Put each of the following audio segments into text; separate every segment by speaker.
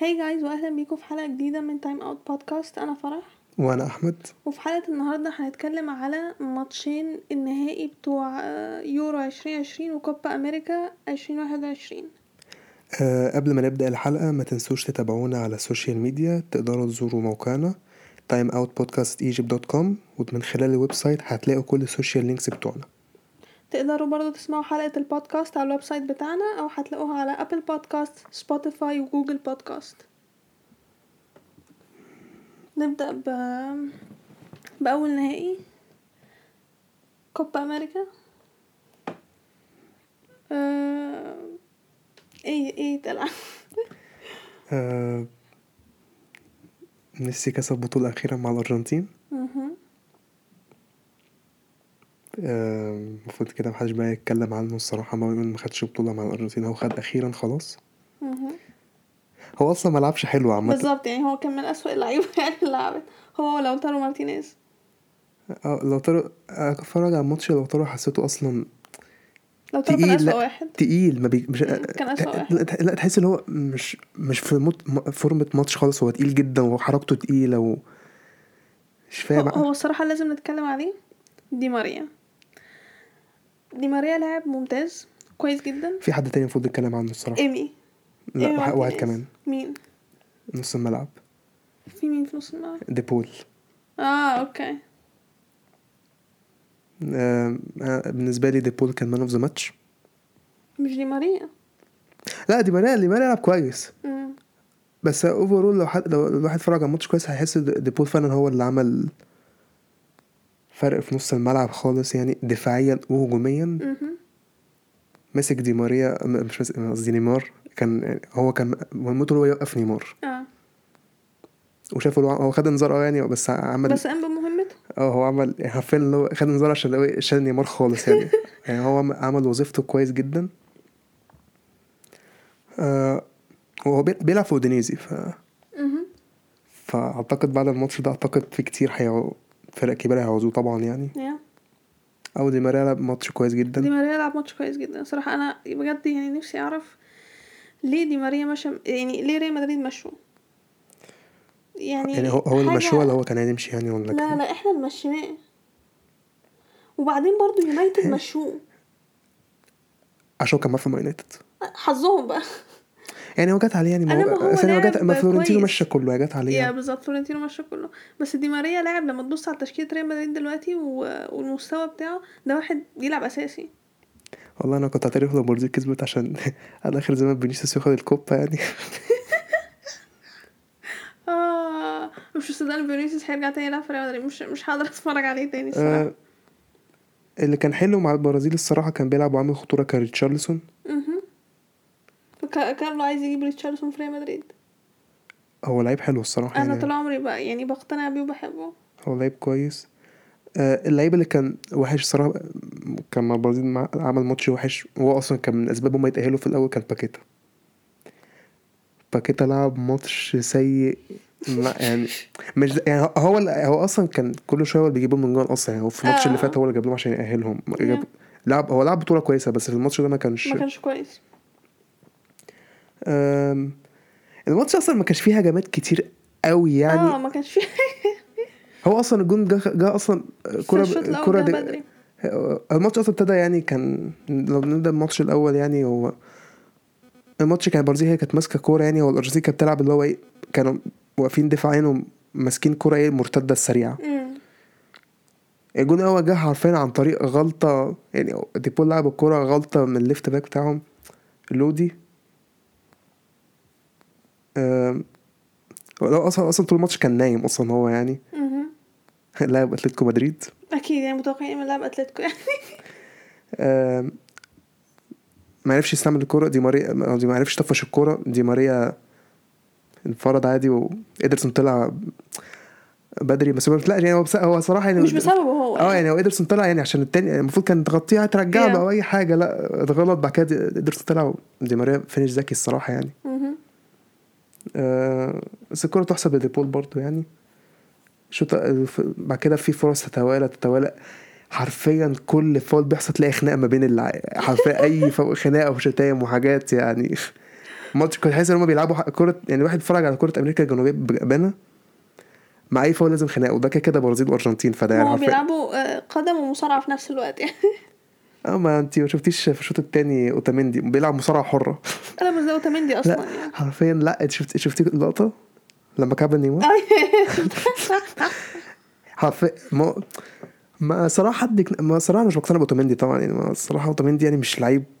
Speaker 1: هاي جايز واهلا بيكم في حلقه جديده من تايم اوت بودكاست انا فرح
Speaker 2: وانا احمد
Speaker 1: وفي حلقه النهارده هنتكلم على ماتشين النهائي بتوع آه، يورو 2020 وكوبا امريكا 2021
Speaker 2: أه قبل ما نبدا الحلقه ما تنسوش تتابعونا على السوشيال ميديا تقدروا تزوروا موقعنا timeoutpodcastegypt.com ومن خلال الويب سايت هتلاقوا كل السوشيال لينكس بتوعنا
Speaker 1: تقدروا برضو تسمعوا حلقه البودكاست على الويب سايت بتاعنا او هتلاقوها على ابل بودكاست سبوتيفاي وجوجل بودكاست نبدا ب باول نهائي كوبا امريكا آه، ايه ايه تلعب
Speaker 2: أه ميسي كسب بطولة أخيرا مع الأرجنتين أه، المفروض كده محدش بقى يتكلم عنه الصراحة ما ما خدش بطولة مع الأرجنتين هو خد أخيرا خلاص هو أصلا ما لعبش حلو عامة
Speaker 1: بالظبط يعني هو كان من اسوأ اللعيبه يعني اللي لعبت هو لو تارو مارتينيز
Speaker 2: أه، لو ترى أتفرج على ماتش لو ترى حسيته أصلا
Speaker 1: لو تارو كان
Speaker 2: تقيل،
Speaker 1: اسوأ
Speaker 2: لا.
Speaker 1: واحد
Speaker 2: تقيل ما بي... مش
Speaker 1: كان أسوأ
Speaker 2: ت-
Speaker 1: واحد.
Speaker 2: لا, ت- لا تحس ان هو مش مش في مط... م- فورمة ماتش خالص هو تقيل جدا وحركته تقيله و... مش فاهم
Speaker 1: هو- هو
Speaker 2: بقى
Speaker 1: الصراحه لازم نتكلم عليه دي ماريا دي ماريا لاعب ممتاز كويس جدا
Speaker 2: في حد تاني المفروض نتكلم عنه الصراحه
Speaker 1: ايمي
Speaker 2: لا
Speaker 1: إيمي
Speaker 2: واحد, واحد
Speaker 1: مارتينيز.
Speaker 2: كمان
Speaker 1: مين
Speaker 2: نص الملعب
Speaker 1: في مين في نص الملعب
Speaker 2: ديبول
Speaker 1: اه اوكي
Speaker 2: آه آه، بالنسبه لي ديبول كان مان اوف ذا ماتش
Speaker 1: مش دي ماريا
Speaker 2: لا دي ماريا دي ماريا لعب كويس
Speaker 1: مم.
Speaker 2: بس اوفرول لو حد لو الواحد اتفرج على الماتش كويس هيحس د- ديبول فعلا هو اللي عمل فرق في نص الملعب خالص يعني دفاعيا وهجوميا
Speaker 1: مهم.
Speaker 2: مسك دي ماريا م- مش مسك قصدي نيمار كان هو كان مهمته هو يوقف نيمار
Speaker 1: اه
Speaker 2: وشاف الوع- هو خد انذار اه يعني بس عمل
Speaker 1: بس قام بمهمته
Speaker 2: اه هو عمل يعني حرفيا اللي هو خد انذار عشان هو شال نيمار خالص يعني يعني هو عم- عمل وظيفته كويس جدا آه هو بي- بيلعب في اودينيزي ف
Speaker 1: مهم.
Speaker 2: فاعتقد بعد الماتش ده اعتقد في كتير هيعو فرق كبيره هيعوزوه طبعا يعني
Speaker 1: يا.
Speaker 2: او دي ماريا لعب ماتش كويس
Speaker 1: دي
Speaker 2: جدا
Speaker 1: ماريا لعب ماتش كويس جدا صراحة أنا بجد يعني نفسي أعرف ليه دي ماريا مشى يعني ليه ريال مدريد مشوه يعني
Speaker 2: يعني هو هو اللي
Speaker 1: حاجة-
Speaker 2: مشوه ولا هو كان هيمشي يعني ولا
Speaker 1: لا
Speaker 2: كان
Speaker 1: لا احنا اللي مشيناه وبعدين برضو يونايتد مشوه
Speaker 2: عشان هو كان معاه في مان يونايتد
Speaker 1: حظهم بقى
Speaker 2: يعني هو جت عليه يعني
Speaker 1: أنا ما هو
Speaker 2: ثانية،
Speaker 1: لاعب
Speaker 2: جت ما فلورنتينو
Speaker 1: كويس.
Speaker 2: مشى كله هي جت عليه
Speaker 1: يا
Speaker 2: يعني.
Speaker 1: بالظبط فلورنتينو مشى كله بس دي ماريا لاعب لما تبص على تشكيلة ريال مدريد دلوقتي و- والمستوى بتاعه ده واحد بيلعب أساسي
Speaker 2: والله انا كنت هعترف لو برازيل كسبت عشان على اخر زمان فينيسيوس ياخد الكوبا يعني
Speaker 1: اه مش مصدقة فينيسيوس هيرجع تاني يلعب في ريال مدريد مش مش هقدر اتفرج عليه تاني الصراحة
Speaker 2: آه، اللي كان حلو مع البرازيل الصراحه كان بيلعب وعامل خطوره كان ريتشارلسون
Speaker 1: مهم. كا- كارلو عايز يجيب ريتشارلسون في ريال مدريد
Speaker 2: هو لعيب حلو الصراحه
Speaker 1: انا
Speaker 2: يعني
Speaker 1: طول عمري بقى يعني بقتنع بيه وبحبه
Speaker 2: هو لعيب كويس آه، اللعيب اللي كان وحش الصراحه كان مع البرازيل مع- عمل ماتش وحش هو اصلا كان من اسبابه ما يتاهلوا في الاول كان باكيتا باكيتا لعب ماتش سيء لا يعني مش زي- يعني هو هو اصلا كان كل شويه هو اللي بيجيبهم من جوه اصلا يعني هو في الماتش اللي
Speaker 1: آه.
Speaker 2: فات هو اللي جاب لهم عشان يأهلهم جاب لعب هو لعب بطوله كويسه بس في الماتش ده ما كانش
Speaker 1: ما كانش كويس
Speaker 2: آم، الماتش اصلا ما كانش فيه هجمات كتير قوي
Speaker 1: اه
Speaker 2: يعني
Speaker 1: ما كانش فيه
Speaker 2: هو اصلا الجون جه جه اصلا كره
Speaker 1: الشوط الأول
Speaker 2: كره
Speaker 1: جه
Speaker 2: دي-
Speaker 1: بدري.
Speaker 2: الماتش اصلا ابتدى يعني كان لو بنبدا الماتش الاول يعني هو الماتش كان البرازيل هي كانت ماسكه كوره يعني والارجنتين كانت بتلعب اللي هو ايه كانوا واقفين دفاعين وماسكين كوره ايه المرتده السريعه
Speaker 1: مم.
Speaker 2: الجون الاول جه حرفيا عن طريق غلطه يعني ديبول لعب الكوره غلطه من الليفت باك بتاعهم لودي آم، هو اصلا اصلا طول الماتش كان نايم اصلا هو يعني
Speaker 1: مهم.
Speaker 2: لاعب اتلتيكو مدريد
Speaker 1: اكيد يعني متوقعين من لاعب اتلتيكو يعني
Speaker 2: آم، ما عرفش يستعمل الكرة دي ماريا ما دي ما عرفش طفش الكرة دي ماريا انفرد عادي وإيدرسون طلع بدري بس هو لا يعني هو بس- هو صراحة يعني
Speaker 1: مش بسببه هو
Speaker 2: اه يعني هو إيدرسون طلع يعني عشان التاني المفروض كان تغطيها ترجع
Speaker 1: Yeah.
Speaker 2: له او اي حاجة لا اتغلط بعد كده إيدرسون طلع دي ماريا فينش ذكي الصراحة يعني
Speaker 1: مهم.
Speaker 2: آه، بس الكرة تحسب لديبول برضو يعني الشوط الف- بعد كده في فرص تتوالى تتوالى حرفيا كل فاول بيحصل تلاقي خناقه ما بين اللع... حرفيا اي فو- خناقه وشتايم وحاجات يعني ماتش كنت حاسس ان هم بيلعبوا ح- كره يعني الواحد بيتفرج على كره امريكا الجنوبيه بامانه مع اي فاول لازم خناقه وده كده كده برازيل وارجنتين فده يعني
Speaker 1: هما
Speaker 2: حرفيا
Speaker 1: بيلعبوا آه، قدم ومصارعة في نفس الوقت يعني
Speaker 2: اه ما انت ما شفتيش في الشوط الثاني اوتاميندي بيلعب مصارعه حره
Speaker 1: انا مش ده اوتاميندي اصلا
Speaker 2: لا
Speaker 1: يعني
Speaker 2: حرفيا لا انت شفت شفتي اللقطه لما كابل نيمار حرفيا ما ما صراحه حد يقنع- ما صراحه مش مقتنع باوتاميندي طبعا يعني ما صراحه اوتاميندي يعني مش لعيب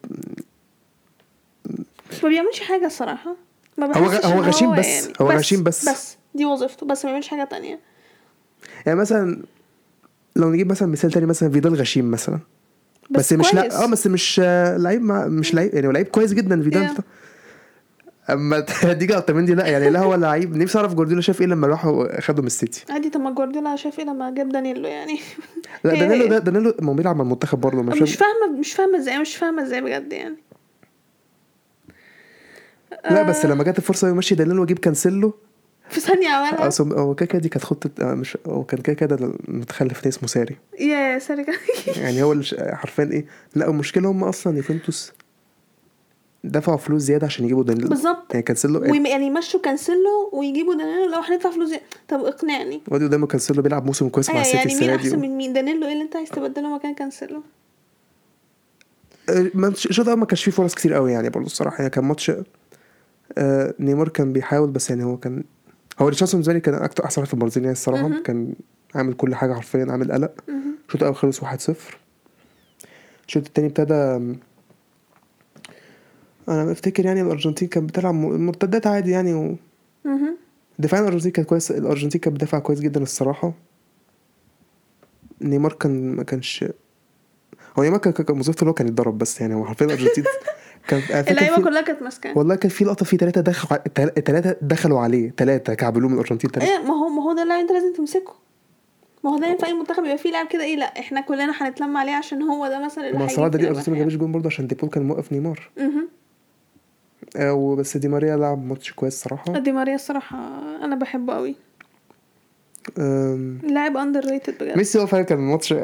Speaker 1: ما بيعملش حاجة الصراحة ما
Speaker 2: هو غ-
Speaker 1: بحسش
Speaker 2: هو
Speaker 1: إن يعني
Speaker 2: غشيم بس. هو غشيم بس.
Speaker 1: بس دي وظيفته بس ما بيعملش حاجة تانية
Speaker 2: يعني مثلا لو نجيب مثلا مثال تاني مثلا فيدال غشيم مثلا بس, مش
Speaker 1: كويس.
Speaker 2: لا اه بس مش آه، لعيب مع... مش لعيب يعني هو لعيب كويس جدا فيدال
Speaker 1: Yeah.
Speaker 2: ده. اما تيجي اوتاميندي لا يعني لا هو لعيب نفسي اعرف جوارديولا شاف ايه لما راحوا خدوا من السيتي
Speaker 1: عادي طب ما جوارديولا شاف ايه لما جاب دانييلو يعني
Speaker 2: لا
Speaker 1: هي
Speaker 2: دانيلو
Speaker 1: هي.
Speaker 2: ده دانيلو ما هو بيلعب مع المنتخب برضه
Speaker 1: أنا مش فاهمة مش فاهمة ازاي مش فاهمة ازاي بجد يعني
Speaker 2: لا بس
Speaker 1: آه،
Speaker 2: لما جت الفرصه يمشي دانيلو واجيب كانسيلو
Speaker 1: في ثانية عملها
Speaker 2: اصل هو كده كده دي كانت خطه آه، مش هو كان كده كده المتخلف ده اسمه ساري
Speaker 1: يا ساري
Speaker 2: يعني هو اللي ش- حرفيا ايه لا المشكله هم اصلا يوفنتوس دفعوا فلوس زياده عشان يجيبوا دانيلو
Speaker 1: بالظبط.
Speaker 2: يعني كانسيلو
Speaker 1: ويم- يعني يمشوا كانسيلو ويجيبوا دانيلو لو هندفع فلوس زي- طب اقنعني
Speaker 2: وادي قدامه كانسيلو بيلعب موسم كويس مع
Speaker 1: ايوه
Speaker 2: السيتي
Speaker 1: يعني مين
Speaker 2: السنه دي
Speaker 1: احسن من مين دانيلو ايه اللي انت عايز تبدله مكان كانسيلو
Speaker 2: آه، ما مش- الشوط الأول ما كانش فيه فرص كتير قوي يعني برضه الصراحه يعني كان ماتش آه، نيمار كان بيحاول بس يعني هو كان هو ريتشاردسون بالنسبه لي كان اكتر احسن واحد في البرازيل يعني الصراحه
Speaker 1: مهم.
Speaker 2: كان عامل كل حاجه حرفيا عامل قلق
Speaker 1: مهم.
Speaker 2: الشوط الاول خلص 1-0 الشوط التاني ابتدى انا بفتكر يعني الارجنتين كانت بتلعب م- مرتدات عادي يعني و...
Speaker 1: مهم.
Speaker 2: دفاع الارجنتين كان كويس الارجنتين كانت بتدافع كويس جدا الصراحه نيمار كان ما كانش هو نيمار كان كان مظبوط اللي هو كان يتضرب بس يعني هو حرفيا الارجنتين كان أنا فاكر
Speaker 1: اللعيبه
Speaker 2: في-
Speaker 1: كلها كانت ماسكاه
Speaker 2: والله كان في لقطه في ثلاثه دخلوا ثلاثه دخلوا عليه ثلاثه كعبلوه من الارجنتين ثلاثه
Speaker 1: ايه ما هو ما هو ده اللاعب انت لازم تمسكه ما هو ده ينفع اي منتخب يبقى فيه لاعب كده ايه لا احنا كلنا هنتلم عليه عشان هو ده مثلا اللي
Speaker 2: ما
Speaker 1: هيجيب
Speaker 2: صلاح ده دي
Speaker 1: فينا
Speaker 2: الارجنتين ما
Speaker 1: الأهداف.
Speaker 2: جابش جون برضه عشان ديبول كان موقف نيمار
Speaker 1: مهم.
Speaker 2: آه، وبس دي ماريا لعب ماتش كويس صراحه
Speaker 1: دي ماريا الصراحه انا بحبه قوي
Speaker 2: آم،
Speaker 1: لاعب اندر ريتد بجد
Speaker 2: ميسي هو فعلا كان الماتش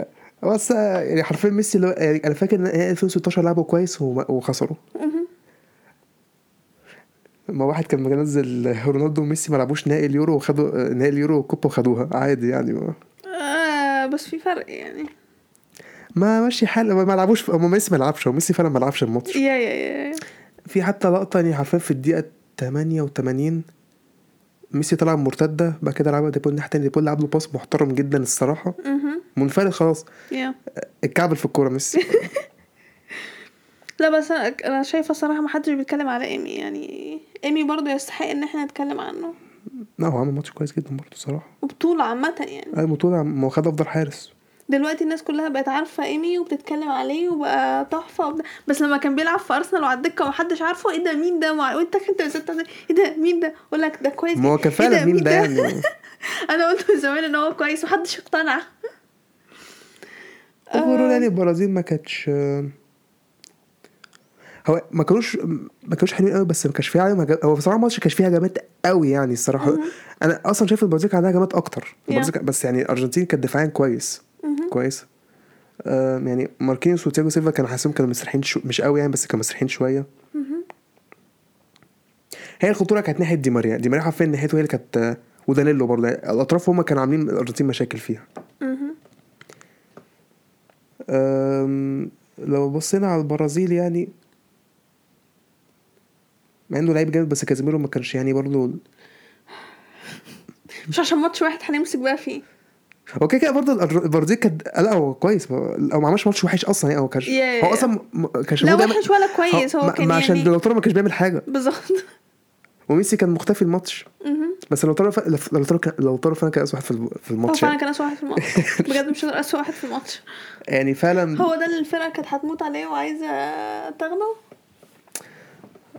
Speaker 2: بس آه، يعني حرفيا ميسي اللي هو يعني انا فاكر ان 2016 لعبوا كويس وما- وخسروا
Speaker 1: مهم.
Speaker 2: ما واحد كان منزل رونالدو وميسي ما لعبوش نهائي اليورو وخدوا نهائي اليورو والكوبا وخدوها عادي يعني ما,
Speaker 1: آه بس في فرق يعني
Speaker 2: ما ماشي حال ما لعبوش هو ميسي ما لعبش هو ميسي فعلا ما لعبش الماتش
Speaker 1: يا يا يا يا.
Speaker 2: في حتى لقطة يعني حرفيا في الدقيقة 88 ميسي طلع مرتدة بعد كده لعبها ديبول الناحية التانية ديبول لعب له باص محترم جدا الصراحة
Speaker 1: مهم.
Speaker 2: منفرد خلاص
Speaker 1: يا
Speaker 2: اتكعبل في الكورة ميسي
Speaker 1: لا بس انا أنا شايفه الصراحه ما حدش بيتكلم على ايمي يعني ايمي برضه يستحق ان احنا نتكلم عنه
Speaker 2: لا هو عمل ماتش كويس جدا برضه الصراحة
Speaker 1: وبطوله عامه يعني
Speaker 2: البطولة ما هو خد أفضل حارس
Speaker 1: دلوقتي الناس كلها بقت عارفه ايمي وبتتكلم عليه وبقى تحفه وبدا. بس لما كان بيلعب في ارسنال وعلى الدكه ومحدش عارفه ايه ده مين ده وع- وانت انت نزلت على- ايه ده مين ده اقول لك ده كويس
Speaker 2: ما هو كان
Speaker 1: إيه
Speaker 2: فعلا مين ده يعني
Speaker 1: انا قلت من زمان ان هو كويس محدش اقتنع
Speaker 2: اوفرول يعني البرازيل ما كانتش آه، هو ما كانوش ما كانوش حلوين قوي بس ما كانش فيه عليهم هجم... هو بصراحه الماتش كانش فيه هجمات قوي يعني الصراحه انا اصلا شايف البرازيل كان عندها هجمات اكتر البرازيل كان- بس يعني الارجنتين كانت دفاعيا كويس كويس آم، يعني ماركينيوس وتياجو سيلفا كانوا حاسسهم كانوا مسرحين شو... مش قوي يعني بس كانوا مسرحين شويه هي الخطوره كانت ناحيه دي ماريا دي ماريا حرفيا ناحيته هي اللي كانت ودانيلو برضه يعني الاطراف هما كانوا عاملين الارجنتين مشاكل فيها
Speaker 1: مهم.
Speaker 2: أم، لو بصينا على البرازيل يعني مع انه لعيب جامد بس كازيميرو ما كانش يعني برضه
Speaker 1: مش عشان ماتش واحد هنمسك بقى فيه
Speaker 2: هو كده كده برضه الأر- البرازيل كانت لا هو كويس ما- هو ما عملش ماتش وحش اصلا يعني هو كانش
Speaker 1: يا- يا-
Speaker 2: هو
Speaker 1: يا.
Speaker 2: اصلا م- كانش
Speaker 1: لا
Speaker 2: المفروض
Speaker 1: وحش
Speaker 2: يعمل-
Speaker 1: ولا كويس، هو
Speaker 2: ما-
Speaker 1: كان
Speaker 2: ما عشان
Speaker 1: يعني-
Speaker 2: لوتارو ما كانش بيعمل حاجه
Speaker 1: بالظبط
Speaker 2: وميسي كان مختفي الماتش
Speaker 1: مهم.
Speaker 2: بس لوتارو ف... لوتارو كان لوتارو فعلا كان اسوء واحد في الب- في
Speaker 1: هو
Speaker 2: الماتش
Speaker 1: فعلا
Speaker 2: يعني.
Speaker 1: كان اسوء واحد في الماتش بجد مش هقدر اسوء واحد في الماتش
Speaker 2: يعني فعلا
Speaker 1: هو ده اللي الفرقه كانت هتموت عليه وعايزه تاخده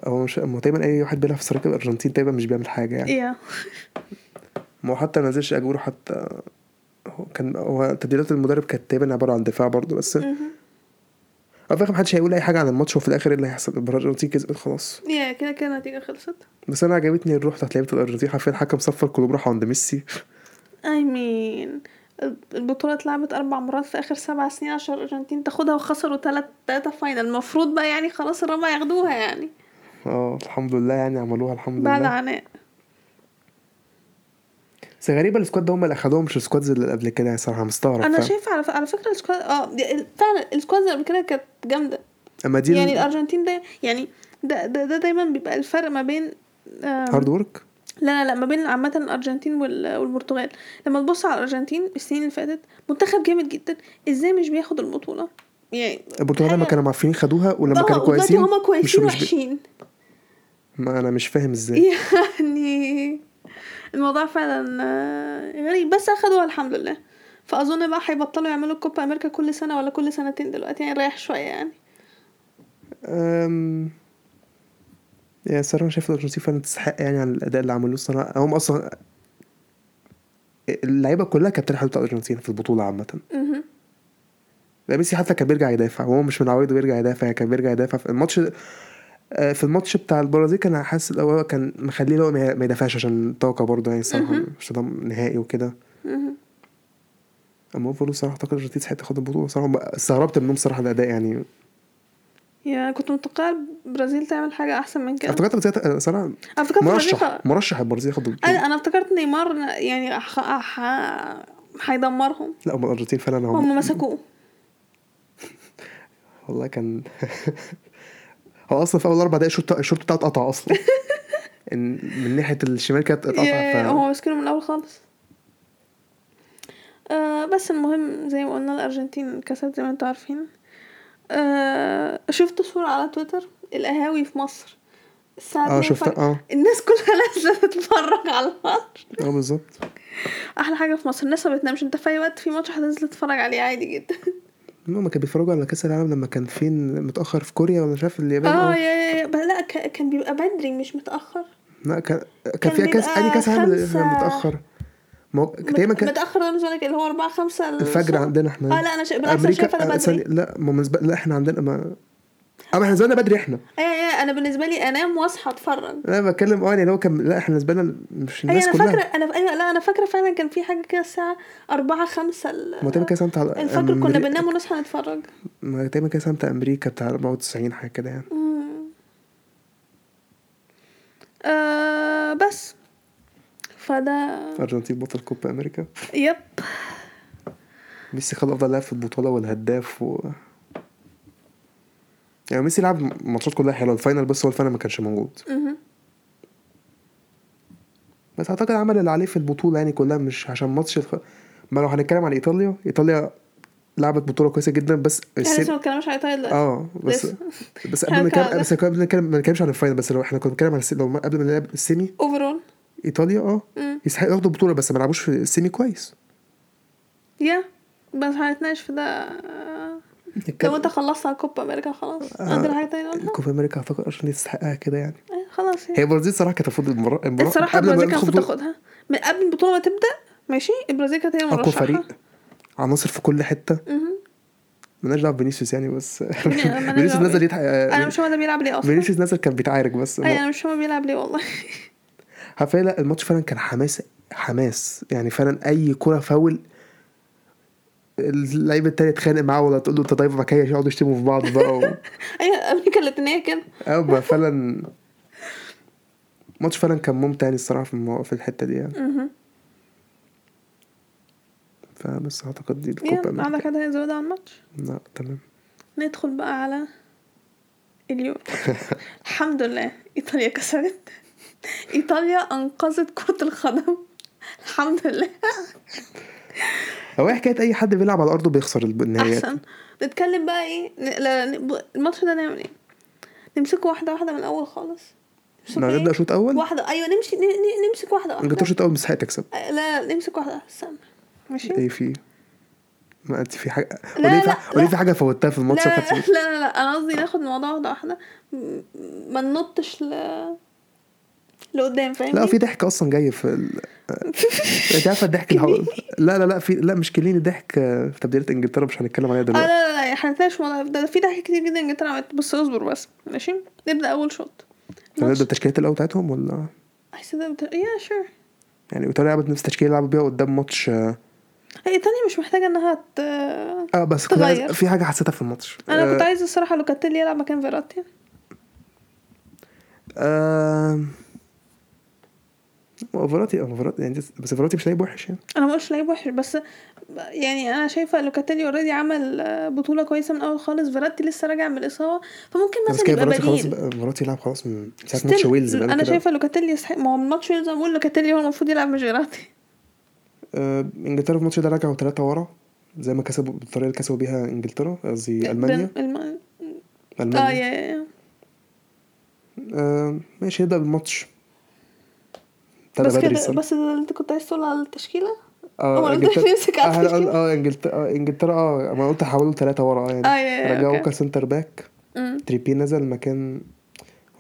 Speaker 2: هو مش هو تقريبا اي واحد بيلعب في سراك الارجنتين تقريبا مش بيعمل حاجه يعني
Speaker 1: يا
Speaker 2: ما هو حتى ما نزلش اجوره حتى هو كان هو تبديلات المدرب كانت تقريبا عباره عن دفاع برضه بس هو
Speaker 1: مهم.
Speaker 2: في الاخر محدش هيقول اي حاجه عن الماتش وفي الاخر إيه اللي هيحصل الارجنتين كسبت خلاص
Speaker 1: يا كده كده النتيجه خلصت
Speaker 2: بس انا عجبتني الروح بتاعت لعيبه الارجنتين حرفيا الحكم صفر كلهم راحوا عند ميسي
Speaker 1: اي مين البطولة اتلعبت أربع مرات في آخر سبع سنين عشان الأرجنتين تاخدها وخسروا تلات تلاتة فاينل المفروض بقى يعني خلاص الرابعة ياخدوها يعني
Speaker 2: اه الحمد لله يعني عملوها الحمد
Speaker 1: بعد
Speaker 2: لله
Speaker 1: عناء
Speaker 2: بس غريبه السكواد ده هم اللي اخدوهم مش السكوادز اللي قبل كده يعني صراحه مستغرب
Speaker 1: انا
Speaker 2: فاهم؟
Speaker 1: شايفه على, ف... على فكره السكواد اه دي- ال- فعلا السكواد اللي قبل كده كانت جامده
Speaker 2: اما دي
Speaker 1: يعني
Speaker 2: يعني
Speaker 1: الارجنتين ده يعني ده, ده, ده دايما بيبقى الفرق ما بين آم،
Speaker 2: هارد ورك
Speaker 1: لا لا لا ما بين عامة الأرجنتين وال- والبرتغال لما تبص على الأرجنتين السنين اللي فاتت منتخب جامد جدا ازاي مش بياخد البطولة يعني
Speaker 2: البرتغال لما
Speaker 1: حاجة-
Speaker 2: كانوا معفنين خدوها ولما
Speaker 1: آه،
Speaker 2: كانوا
Speaker 1: ودلوقتي
Speaker 2: كويسين
Speaker 1: هما كويسين
Speaker 2: مش- مش بي-
Speaker 1: وحشين
Speaker 2: ما انا مش فاهم
Speaker 1: إيه؟
Speaker 2: ازاي
Speaker 1: يعني الموضوع فعلا آه، غريب بس أخدوها الحمد لله فأظن بقى هيبطلوا يعملوا كوبا أمريكا كل سنة ولا كل سنتين دلوقتي يعني رايح شوية يعني
Speaker 2: أم... يا صراحة أنا شايف الأرجنتين فعلا تستحق يعني على الأداء اللي عملوه الصراحة هم أصلا اللعيبة كلها كانت بتلعب بتاع الأرجنتين في البطولة عامة
Speaker 1: مهم.
Speaker 2: لا ميسي حتى كان بيرجع يدافع وهو مش من عوايده بيرجع يدافع يعني كان بيرجع يدافع في الماتش آه، في الماتش بتاع البرازيل كان حاسس الأول هو كان مخليه لو ما ما يدافعش عشان طاقة برضه يعني الصراحة مش ضامن نهائي وكده
Speaker 1: مهم.
Speaker 2: أما أوفرول الصراحة أعتقد الأرجنتين تستحق تاخد البطولة صراحة استغربت منهم الصراحة الأداء يعني
Speaker 1: يا كنت متوقعة البرازيل تعمل حاجة أحسن من كده
Speaker 2: افتكرت الأرجنتين صراحة
Speaker 1: أنا فكرت
Speaker 2: مرشح
Speaker 1: البرازيل
Speaker 2: مرشح البرازيل ياخد البطولة
Speaker 1: انا انا افتكرت نيمار يعني ح... ح... هيدمرهم
Speaker 2: لا هم الارجنتين فعلا هم
Speaker 1: هم مسكوه
Speaker 2: والله كان هو اصلا في اول اربع دقايق الشوط الشوط بتاعه اتقطع اصلا ان من ناحيه الشمال كانت
Speaker 1: يا-
Speaker 2: اتقطع ف...
Speaker 1: هو مسكينه من الاول خالص آه بس المهم زي ما قلنا الارجنتين كسبت زي ما انتوا عارفين آه شفت صورة على تويتر القهاوي في مصر الساعة
Speaker 2: اه
Speaker 1: 2
Speaker 2: شفتها
Speaker 1: الفجر.
Speaker 2: اه
Speaker 1: الناس كلها نازلة تتفرج على الماتش
Speaker 2: اه بالظبط
Speaker 1: أحلى حاجة في مصر الناس ما بتنامش أنت في أي وقت في ماتش هتنزل تتفرج عليه عادي جدا
Speaker 2: هم كانوا بيتفرجوا على كاس العالم لما كان فين متاخر في كوريا ولا مش عارف اليابان
Speaker 1: اه
Speaker 2: اه
Speaker 1: يا يا يا بس لا ك- كان بيبقى بدري مش متأخر
Speaker 2: لا كان كان
Speaker 1: كان
Speaker 2: فيها كاس
Speaker 1: بيبقى
Speaker 2: اي كاس عالم اللي
Speaker 1: خمسة-
Speaker 2: متاخر ما هو
Speaker 1: مت-
Speaker 2: دايما كان
Speaker 1: متاخر ده مش لك اللي هو 4 5
Speaker 2: الفجر عندنا
Speaker 1: اه
Speaker 2: احنا
Speaker 1: لا انا شا... بالعكس انا شايفه
Speaker 2: آه،
Speaker 1: ده بدري
Speaker 2: ثانية، لا ما من لا احنا عندنا ما اه ما احنا زمان بدري احنا
Speaker 1: ايه ايه انا بالنسبه لي انام واصحى اتفرج
Speaker 2: انا بتكلم اه يعني هو كان لا احنا بالنسبه لنا مش
Speaker 1: ايه
Speaker 2: الناس
Speaker 1: انا
Speaker 2: كلها
Speaker 1: فاكره انا ايوه لا انا فاكره فعلا كان في حاجه كده الساعه 4 5
Speaker 2: ما تقريبا
Speaker 1: ال...
Speaker 2: كاس عالم بتاع
Speaker 1: الفجر كنا
Speaker 2: أمريكا-
Speaker 1: بننام ونصحى نتفرج
Speaker 2: ما تقريبا كاس عالم بتاع امريكا بتاع 94 حاجه كده يعني
Speaker 1: مم. آه بس فده
Speaker 2: الارجنتين بطل كوبا امريكا
Speaker 1: يب
Speaker 2: ميسي خد افضل لاعب في البطوله والهداف و يعني ميسي لعب ماتشات كلها حلوه الفاينل بس هو الفاينل ما كانش موجود
Speaker 1: مهم.
Speaker 2: بس اعتقد عمل اللي عليه في البطوله يعني كلها مش عشان ماتش الخ... ما لو هنتكلم عن ايطاليا ايطاليا لعبت بطوله كويسه جدا بس
Speaker 1: احنا
Speaker 2: السن...
Speaker 1: يعني لسه ما اتكلمناش على ايطاليا دلوقتي
Speaker 2: اه بس
Speaker 1: لسه.
Speaker 2: بس
Speaker 1: إحنا
Speaker 2: قبل ما
Speaker 1: هنتكلم
Speaker 2: نتكلم
Speaker 1: على
Speaker 2: بس قبل ما نتكلم ما نتكلمش عن الفاينل بس لو احنا كنا بنتكلم عن الس... لو قبل ما نلعب السيمي
Speaker 1: اوفرول
Speaker 2: ايطاليا اه
Speaker 1: مم.
Speaker 2: يستحقوا ياخدوا البطوله بس ما لعبوش في السيمي كويس
Speaker 1: يا بس هنتناقش في ده آه، لو انت خلصت على كوبا امريكا خلاص
Speaker 2: آه،
Speaker 1: عندنا حاجه تانية نقولها
Speaker 2: كوبا امريكا اعتقد ارجنتين تستحقها كده يعني
Speaker 1: آه، خلاص
Speaker 2: هي
Speaker 1: يعني
Speaker 2: البرازيل صراحه كانت المفروض المرة... المرة...
Speaker 1: الصراحه البرازيل كانت المفروض
Speaker 2: بطولة
Speaker 1: تاخدها من قبل البطوله ما تبدا ماشي البرازيل كانت هي
Speaker 2: اقوى
Speaker 1: المرشحه
Speaker 2: فريق عناصر في كل حته
Speaker 1: مهم.
Speaker 2: مالناش دعوه بفينيسيوس يعني بس
Speaker 1: مالناش دعوة.
Speaker 2: فينيسيوس نزل يتح...
Speaker 1: انا مش أيوة. فاهمه ده بيلعب ليه اصلا
Speaker 2: آه، فينيسيوس نزل كان بيتعارك بس
Speaker 1: اي انا مش فاهمه بيلعب ليه والله
Speaker 2: حرفيا لا الماتش فعلا كان حماس حماس يعني فعلا اي كره فاول اللعيب التاني اتخانق معاه ولا تقول له انت طيب مكاني يقعدوا يشتموا في بعض بقى و...
Speaker 1: اي امريكا اللاتينيه أيوة، كده
Speaker 2: اه بقى فعلا الماتش فعلا كان ممتع يعني الصراحه في المو... في الحته دي يعني
Speaker 1: مهم.
Speaker 2: فبس اعتقد دي الكوبا
Speaker 1: يلا
Speaker 2: أمريكا.
Speaker 1: عندك حاجه تانية زودها عن الماتش
Speaker 2: لا تمام
Speaker 1: ندخل بقى على اليوم الحمد لله ايطاليا كسبت ايطاليا انقذت كره القدم الحمد لله
Speaker 2: هو ايه حكايه اي حد بيلعب على ارضه بيخسر الب- النهائيات
Speaker 1: احسن نتكلم بقى ايه ن- لا- ن- الماتش ده نعمل ايه نمسكه واحده واحده من الاول خالص نمسكه
Speaker 2: احنا
Speaker 1: إيه؟
Speaker 2: هنبدا شوط اول
Speaker 1: واحده ايوه نمشي ن- ن- نمسك واحده
Speaker 2: انجلترا
Speaker 1: واحده
Speaker 2: شوط اول مستحق تكسب
Speaker 1: آه، لا لا نمسك واحده واحدة. استنى ماشي
Speaker 2: ايه في ما انت في حاجه
Speaker 1: لا،
Speaker 2: وليه في
Speaker 1: لا،
Speaker 2: وليه في حاجه فوتها في
Speaker 1: لا
Speaker 2: الماتش
Speaker 1: لا
Speaker 2: وخدت-
Speaker 1: لا لا, لا. انا قصدي ناخد الموضوع واحده واحده م- ما ننطش ل لقدام فاهمني
Speaker 2: لا في ضحك اصلا جاي في ال... انت عارفه الضحك اللي هو- لا لا لا في لا مش كليني ضحك آه، في تبديلات انجلترا مش هنتكلم عليها
Speaker 1: اه لا
Speaker 2: دلوقتي
Speaker 1: لا لا احنا هنتناقش الموضوع ده ده في ضحك كتير جدا انجلترا عملت بس اصبر بس ماشي نبدا اول شوط
Speaker 2: هنبدا التشكيلات الاول بتاعتهم ولا
Speaker 1: يا شور
Speaker 2: يعني ايطاليا لعبت نفس التشكيله اللي لعبوا بيها قدام ماتش آه،
Speaker 1: ايطاليا مش محتاجه انها ت...
Speaker 2: اه بس كنت عايز-
Speaker 1: تغير.
Speaker 2: في حاجه حسيتها في الماتش
Speaker 1: انا كنت
Speaker 2: آه،
Speaker 1: عايزه الصراحه لوكاتيلي يلعب مكان فيراتي
Speaker 2: آه... اوفراتي اوفراتي يعني بس اوفراتي مش لعيب وحش يعني
Speaker 1: انا ما قلتش لعيب وحش بس يعني انا شايفه لوكاتيلي اوريدي عمل آه، بطوله كويسه من اول خالص فيراتي لسه راجع من الاصابه فممكن
Speaker 2: بس
Speaker 1: مثلا
Speaker 2: كده
Speaker 1: يبقى
Speaker 2: فيراتي خلاص
Speaker 1: بديل
Speaker 2: بقى- فيراتي لعب خلاص من ساعه
Speaker 1: Still،
Speaker 2: ماتش ويلز بقاله
Speaker 1: انا
Speaker 2: كده.
Speaker 1: شايفه لوكاتيلي يستحق ما هو من ماتش ويلز أنا بقول لوكاتيلي هو المفروض يلعب مش فيراتي
Speaker 2: آه، انجلترا في الماتش ده رجعوا ثلاثة ورا زي ما كسبوا بالطريقه اللي كسبوا بيها انجلترا قصدي المانيا
Speaker 1: دن- الم... اه
Speaker 2: المانيا
Speaker 1: يا يا- يا.
Speaker 2: آه ماشي نبدا بالماتش ابتدى
Speaker 1: بس
Speaker 2: بدري
Speaker 1: كده
Speaker 2: الصراحة.
Speaker 1: بس ده اللي انت كنت عايز تقول على التشكيله هو
Speaker 2: اه
Speaker 1: أنا قلت
Speaker 2: انجلترا
Speaker 1: نمسك
Speaker 2: اه
Speaker 1: على
Speaker 2: أنا قلت-
Speaker 1: التشكيلة.
Speaker 2: آه، انجلترا آه، انجلترا اه ما أنا قلت حولوا ثلاثة ورا يعني
Speaker 1: اه يا- يا،
Speaker 2: رجعوا
Speaker 1: أوكي.
Speaker 2: ووكر سنتر باك
Speaker 1: أمم.
Speaker 2: تريبي نزل مكان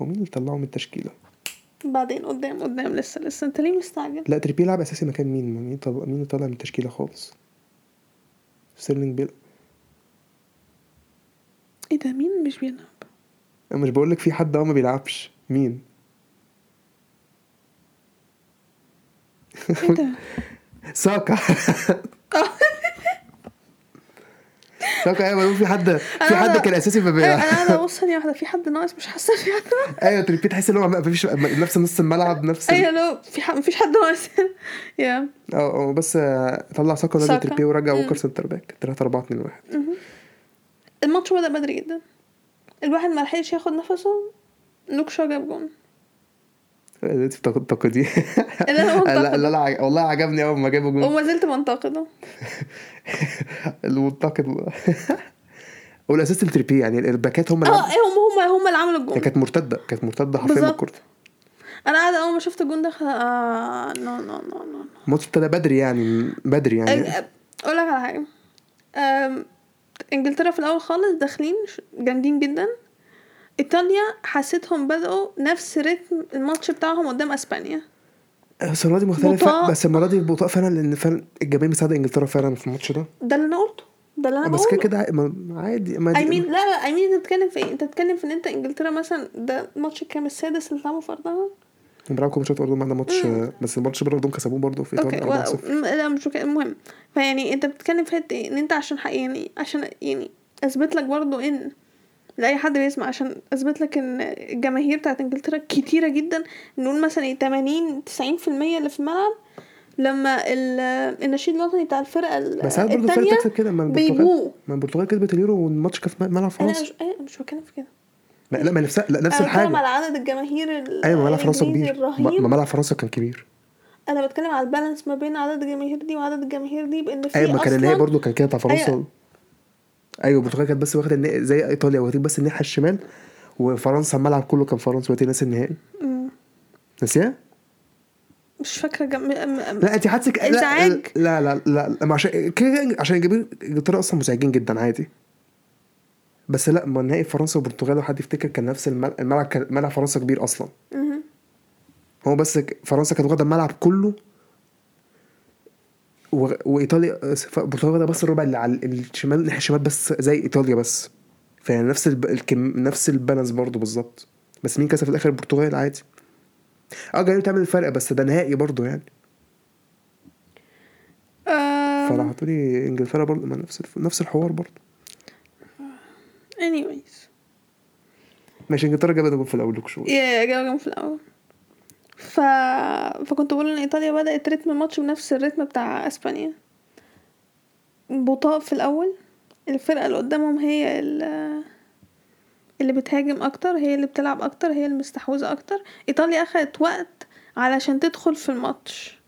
Speaker 2: هو مين اللي طلعه من التشكيله؟
Speaker 1: بعدين قدام قدام لسه لسه انت ليه مستعجل
Speaker 2: لا تريبي لعب اساسي مكان مين؟ مين طل... مين اللي طلع من التشكيله خالص؟ ستيرلينج بيل
Speaker 1: ايه ده مين مش بيلعب
Speaker 2: أنا مش بقول لك في حد اه ما بيلعبش مين؟
Speaker 1: ايه ده
Speaker 2: ساكا ساكا ايوه بقول في حد في
Speaker 1: أنا- أيوة.
Speaker 2: حد كان اساسي ما
Speaker 1: انا أنا
Speaker 2: بيلعب
Speaker 1: قاعده ابص ثانيه واحده في حد ناقص مش حاسه في حد ناقص
Speaker 2: ايوه تريبي تحس ان هو ما فيش نفس نص الملعب نفس ال-
Speaker 1: ايوه لو في حد مفيش حد ناقص يا
Speaker 2: اه اه بس آه، طلع ساكا ونزل
Speaker 1: ساكا.
Speaker 2: تريبي ورجع
Speaker 1: مم.
Speaker 2: ووكر سنتر باك 3 4 2 1
Speaker 1: الماتش بدأ بدري جدا الواحد ما لحقش ياخد نفسه لوك شو جاب جون
Speaker 2: دي تقدير
Speaker 1: اللي انا
Speaker 2: لا
Speaker 1: منتقده
Speaker 2: لا لا عج- والله عجبني اول ما جابوا جون
Speaker 1: وما زلت منتقده
Speaker 2: المنتقد والاساس لتريبي يعني الباكات هم اللي
Speaker 1: اه
Speaker 2: لعبوا.
Speaker 1: ايه هم هم هم اللي عملوا
Speaker 2: هي
Speaker 1: الجون
Speaker 2: كانت مرتده كانت مرتده حرفيا من الكوره
Speaker 1: بالظبط انا قاعده اول ما شفت الجون ده خ- آه نو نو نو نو
Speaker 2: الماتش ابتدى بدري يعني بدري يعني
Speaker 1: أج- اقول لك على حاجه أم، انجلترا في الاول خالص داخلين ش- جامدين جدا ايطاليا حسيتهم بدأوا نفس رتم الماتش بتاعهم قدام اسبانيا
Speaker 2: بس المره دي مختلفه
Speaker 1: بطاء.
Speaker 2: بس المره دي بطاء فعلا لان فعلا الجماهير مساعده انجلترا فعلا في الماتش ده
Speaker 1: ده اللي انا قلته ده اللي انا
Speaker 2: بس كده
Speaker 1: بقوله
Speaker 2: كده ع- ما- عادي ما
Speaker 1: I mean
Speaker 2: دي-
Speaker 1: لا لا I mean انت بتتكلم في ايه انت بتتكلم في ان انت انجلترا مثلا ده الماتش الكام السادس اللي لعبه في ارضها
Speaker 2: هم بيلعبوا كل ماتشات الاردن ما عدا ماتش بس الماتش بره الاردن كسبوه برضه في
Speaker 1: اوكي
Speaker 2: ايطاليا
Speaker 1: و...
Speaker 2: 4-0
Speaker 1: م- لا مش اوكي المهم فيعني انت بتتكلم في حته ايه ان انت عشان حق يعني عشان يعني اثبت لك برضو ان لاي حد بيسمع عشان اثبت لك ان الجماهير بتاعت انجلترا كتيره جدا نقول مثلا ايه 80 90% اللي في الملعب لما ال... النشيد الوطني بتاع الفرقه ال-
Speaker 2: بس ساعات برضه الفرق
Speaker 1: التانية
Speaker 2: تكسب كده ما البرتغال
Speaker 1: بيبوه
Speaker 2: ما البرتغال كسبت اليورو والماتش كان في ملعب
Speaker 1: انا
Speaker 2: فرنسا
Speaker 1: مش... أنا مش بتكلم في كده
Speaker 2: ما- لا ما نفس لا نفس
Speaker 1: انا بتكلم
Speaker 2: الحاجه
Speaker 1: على عدد الجماهير ال-
Speaker 2: ايوه ما ملعب فرنسا
Speaker 1: الانجليزي
Speaker 2: كبير ما-
Speaker 1: الرهيب
Speaker 2: ما ملعب فرنسا كان كبير
Speaker 1: انا بتكلم على البالانس ما بين عدد الجماهير دي وعدد الجماهير دي بان في
Speaker 2: ايوه ما كان اللي هي
Speaker 1: أصلاً
Speaker 2: برضه كان كده بتاع فرنسا
Speaker 1: أيوة.
Speaker 2: ايوه البرتغال كانت بس واخده النا- زي ايطاليا واخدين بس الناحيه الشمال وفرنسا الملعب كله كان فرنسا واخدين ناس النهائي نسيها؟
Speaker 1: مش فاكره جم... م... م...
Speaker 2: لا انت حاسك لا-
Speaker 1: انزعاج.
Speaker 2: لا لا لا, لا ما عشان كده يعني عشان الجماهير انجلترا اصلا مزعجين جدا عادي بس لا ما نهائي فرنسا والبرتغال لو حد يفتكر كان نفس المل- الملعب كان ملعب فرنسا كبير اصلا
Speaker 1: مهم.
Speaker 2: هو بس ك- فرنسا كانت واخده الملعب كله و... وايطاليا البرتغال واخده بس الربع اللي على الشمال ناحيه الشمال بس زي ايطاليا بس فيعني نفس الب... الكم... نفس البالانس برضه بالظبط بس مين كسب في الاخر البرتغال عادي اه جميل تعمل الفرق بس ده نهائي برضه يعني
Speaker 1: آم،
Speaker 2: فراح تقولي انجلترا برضه ما نفس الف... نفس الحوار برضه
Speaker 1: anyways
Speaker 2: ماشي انجلترا جابت جول في الاول لوك شو
Speaker 1: يا يا جابوا جون في الاول ف... فكنت بقول ان ايطاليا بدات رتم الماتش بنفس الرتم بتاع اسبانيا بطاء في الاول الفرقه اللي قدامهم هي ال- اللي بتهاجم اكتر هي اللي بتلعب اكتر هي المستحوذه اكتر ايطاليا اخدت وقت علشان تدخل في الماتش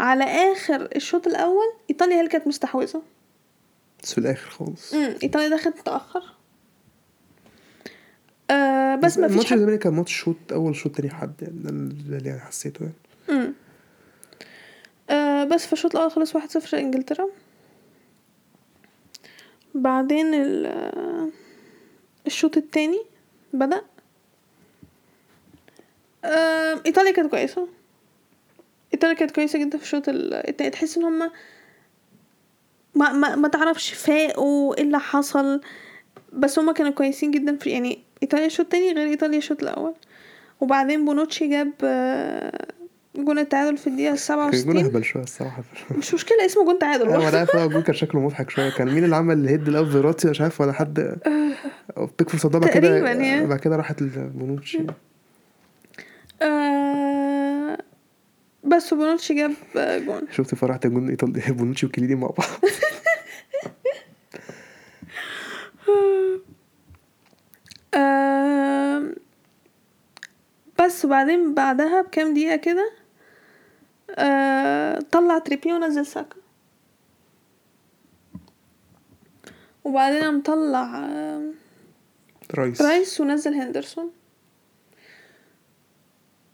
Speaker 1: على اخر الشوط الاول ايطاليا هي اللي كانت مستحوذه
Speaker 2: بس في الاخر خالص
Speaker 1: امم ايطاليا دخلت متاخر آه بس ما فيش
Speaker 2: ماتش
Speaker 1: حد
Speaker 2: الزمالك كان ماتش شوط اول شوط تاني حد يعني ده اللي يعني حسيته يعني
Speaker 1: مم. آه بس في الشوط الأول خلص واحد صفر إنجلترا بعدين ال آه، الشوط التاني بدأ آه إيطاليا كانت كويسة إيطاليا كانت كويسة جدا في الشوط ال- التاني تحس إن هما ما ما, ما تعرفش فاقوا إيه اللي حصل بس هما كانوا كويسين جدا في يعني إيطاليا الشوط التاني غير إيطاليا الشوط الأول وبعدين بونوتشي جاب آه، جون التعادل في الدقيقة السبعة
Speaker 2: كان جون
Speaker 1: وستين
Speaker 2: اهبل شويه الصراحه
Speaker 1: مش مشكلة اسمه جون تعادل
Speaker 2: انا
Speaker 1: والله.
Speaker 2: ما عارف هو الجون كان شكله مضحك شويه كان مين اللي عمل الهيد الاول فيراتي مش عارف ولا حد بيكفور صدها بعد كده
Speaker 1: تقريباً يعني.
Speaker 2: بعد كده راحت لبونوتشي
Speaker 1: آه بس وبنوتشي جاب آه، جون
Speaker 2: شفت فرح تجون ايطالي بونوتشي وكليني مع بعض
Speaker 1: آم، آه، بس وبعدين بعدها بكام دقيقة كده آه، طلع تريبيه ونزل ساكا وبعدين قام آه، مطلع آم،
Speaker 2: رايس
Speaker 1: رايس ونزل هندرسون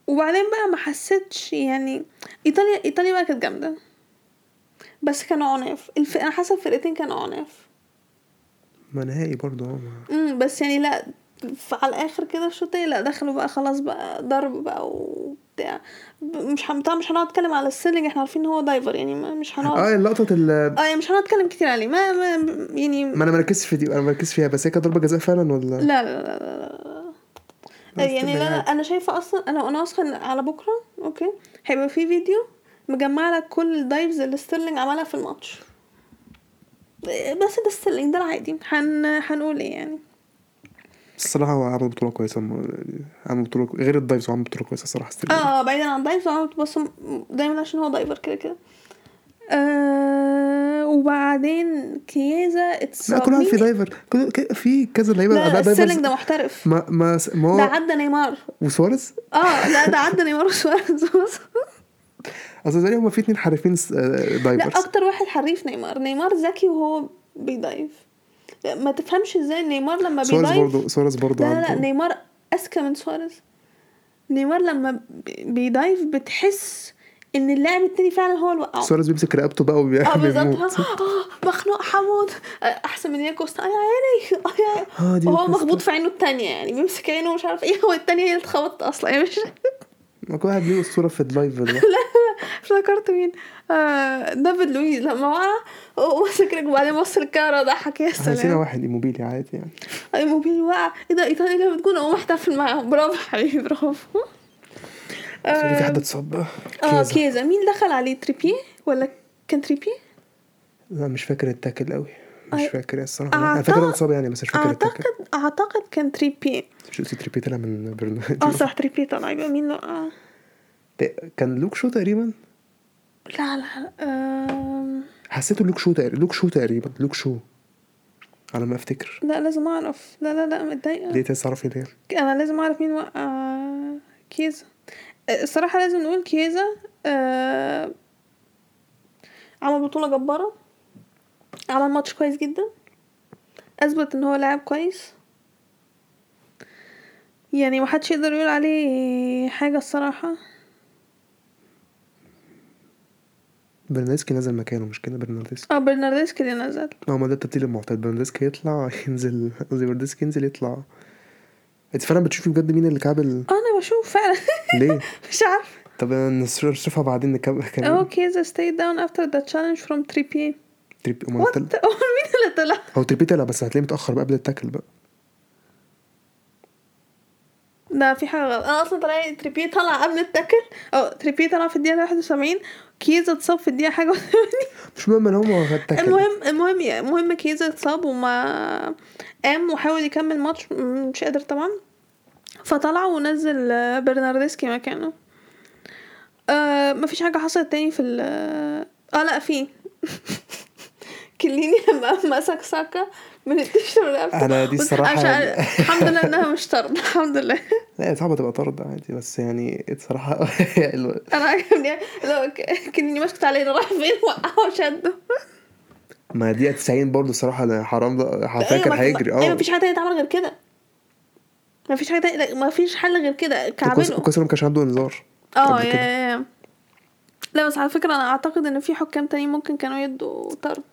Speaker 1: وبعدين بقى ما حسيتش يعني ايطاليا ايطاليا بقى كانت جامده بس كانوا عناف الف... انا حاسه الفرقتين كانوا عناف
Speaker 2: ما نهائي برضه اه ما-
Speaker 1: امم بس يعني لا ف- على الاخر كده في الشوط التاني لا دخلوا بقى خلاص بقى ضرب بقى وبتاع ب- مش هم... طبعا مش هنقعد نتكلم على السيلينج احنا عارفين ان هو دايفر يعني ما- مش هنقعد
Speaker 2: اه لقطه ال
Speaker 1: اه يعني مش هنقعد نتكلم كتير عليه ما, ما يعني
Speaker 2: ما انا مركزش في دي انا مركز فيها بس هي كانت ضربه جزاء فعلا ولا
Speaker 1: لا لا لا لا لا
Speaker 2: بس
Speaker 1: يعني لا لا
Speaker 2: بالعكس.
Speaker 1: انا شايفه اصلا انا انا واثقه إن على بكره اوكي هيبقى في فيديو مجمع لك كل الدايفز اللي ستيرلينج عملها في الماتش بس ده ستيرلينج ده العادي هن... هنقول ايه يعني
Speaker 2: الصراحه هو عمل بطوله كويسه م- يعني عمل بطوله كو- غير الدايفز هو عمل بطوله كويسه الصراحه ستيل
Speaker 1: اه بعيدا عن دايفز انا بس دايما عشان هو دايفر كده كده آه وبعدين كيازا
Speaker 2: لا
Speaker 1: اتصاب
Speaker 2: كل واحد
Speaker 1: مين-
Speaker 2: في دايفر كل- ك- في كذا لعيبه
Speaker 1: لا
Speaker 2: أداء
Speaker 1: ستيرلينج ده
Speaker 2: دايفرز
Speaker 1: محترف
Speaker 2: ما ما س- ما
Speaker 1: ده
Speaker 2: هو
Speaker 1: عدى نيمار
Speaker 2: وسواريز
Speaker 1: اه لا ده عدى نيمار وسواريز
Speaker 2: اصل زي هما في اتنين حارفين س- آه،
Speaker 1: لا
Speaker 2: دايفرز
Speaker 1: اكتر واحد حريف نيمار نيمار ذكي وهو بيدايف لا، ما تفهمش ازاي نيمار لما
Speaker 2: سواريز
Speaker 1: بيدايف
Speaker 2: برضه سواريز برضه
Speaker 1: لا لا لا
Speaker 2: عنده
Speaker 1: نيمار اذكى من سواريز نيمار لما بي- بيدايف بتحس ان اللاعب التاني فعلا هو اللي وقعه
Speaker 2: سواريز بيمسك رقبته بقى
Speaker 1: اه
Speaker 2: وبيعمل
Speaker 1: بالظبط
Speaker 2: موت.
Speaker 1: اه مخنوق حمود احسن من ياكو يا عيني آه، يا
Speaker 2: آه،
Speaker 1: عيني
Speaker 2: دي
Speaker 1: وهو
Speaker 2: كوستا.
Speaker 1: مخبوط في عينه التانية يعني بيمسك عينه ومش عارف ايه هو التانية هي اللي اتخبطت اصلا يعني مش
Speaker 2: ما كل واحد ليه اسطوره في اللايف ده
Speaker 1: افتكرت مين آه دافيد لويز لما وقع ومسك رجله وبعدين بص للكاميرا ضحك يا
Speaker 2: احنا نسينا
Speaker 1: سلام
Speaker 2: واحد ايموبيلي عادي يعني
Speaker 1: اي موبيل وقع ايه ده ايطاليا اللي بتكون اقوم احتفل معاهم برافو حبيبي برافو
Speaker 2: سوري، في
Speaker 1: آه
Speaker 2: حد اتصاب بقى
Speaker 1: آه،
Speaker 2: كيزا.
Speaker 1: كيزا مين دخل عليه تريبيه ولا كان تريبيه
Speaker 2: لا مش فاكر التاكل قوي مش
Speaker 1: أي-
Speaker 2: فاكر الصراحه انا فاكر
Speaker 1: آه، أعتقد-
Speaker 2: هو اتصاب يعني بس مش فاكر التاكل
Speaker 1: اعتقد اعتقد كان تريبيه
Speaker 2: شو سي تريبي طلع من برنامج
Speaker 1: اه صح تريبيه طلع يبقى مين لا آه.
Speaker 2: كان لوك شو تقريبا
Speaker 1: لا لا آم،
Speaker 2: حسيته لوك شو تقريبا لوك شو تقريبا لوك شو على ما افتكر
Speaker 1: لا لازم اعرف لا لا لا متضايقه
Speaker 2: ليه تعرفي ليه
Speaker 1: انا لازم اعرف مين وقع كيزا أه، الصراحه لازم نقول كيزا أه، عمل بطوله جباره عمل ماتش كويس جدا اثبت ان هو لاعب كويس يعني محدش يقدر يقول عليه حاجه الصراحه
Speaker 2: برناردسكي نزل مكانه مش كده برناردسكي
Speaker 1: اه برناردسكي اللي نزل
Speaker 2: هو ما ده التبديل المعتاد برناردسكي يطلع ينزل قصدي برناردسكي ينزل يطلع انت فعلا بتشوفي بجد مين اللي كعب ال...
Speaker 1: آه، انا بشوف فعلا
Speaker 2: ليه
Speaker 1: مش عارف
Speaker 2: طب نصر- نشوفها بعدين نكمل
Speaker 1: اهو
Speaker 2: كمان
Speaker 1: كيزا stayed down after the challenge from 3 p.m.
Speaker 2: تريبي أمال
Speaker 1: وات
Speaker 2: تل-
Speaker 1: مين اللي طلع
Speaker 2: هو تريبي طلع بس هتلاقيه متاخر بقى قبل التاكل بقى
Speaker 1: لا في حاجة غلط أنا أصلا طلع تريبي طلع قبل التاكل أو تريبي طلع في الدقيقة 71 كيزا اتصاب في الدغيرة حاجة وثمانين
Speaker 2: مش مهم انا هو ما التاكل
Speaker 1: المهم المهم المهم كيزا اتصاب وما قام وحاول يكمل ماتش م- مش قادر طبعا فطلع ونزل آه، برناردسكي مكانه آه مفيش حاجة حصلت تاني في ال اه لا في كليني لما قام مسك ساكا من التيشيرت اللي قبله.
Speaker 2: أنا دي
Speaker 1: قلت-
Speaker 2: الصراحة
Speaker 1: عشان-
Speaker 2: يعني.
Speaker 1: الحمد لله انها مش طرد الحمد لله
Speaker 2: لا صعبه تبقى طرد عادي بس يعني الصراحه
Speaker 1: انا عجبني لو ك- كني مسكت عليه أنا راح فين وقعه وشده
Speaker 2: ما دقيقة 90 برضه الصراحة أنا حرام ده حرفيا كان
Speaker 1: أيوة، ما-
Speaker 2: هيجري
Speaker 1: ايوه
Speaker 2: اه
Speaker 1: مفيش حاجه تانية تعمل غير كده مفيش حاجه تانية لا، مفيش حل غير كده
Speaker 2: كويس
Speaker 1: كعبله
Speaker 2: كويس إنه ما كانش عنده انذار
Speaker 1: اه
Speaker 2: قبل
Speaker 1: يا-
Speaker 2: كده.
Speaker 1: يا- يا. لا بس على فكره انا اعتقد ان في حكام تانيين ممكن كانوا يدوا طرد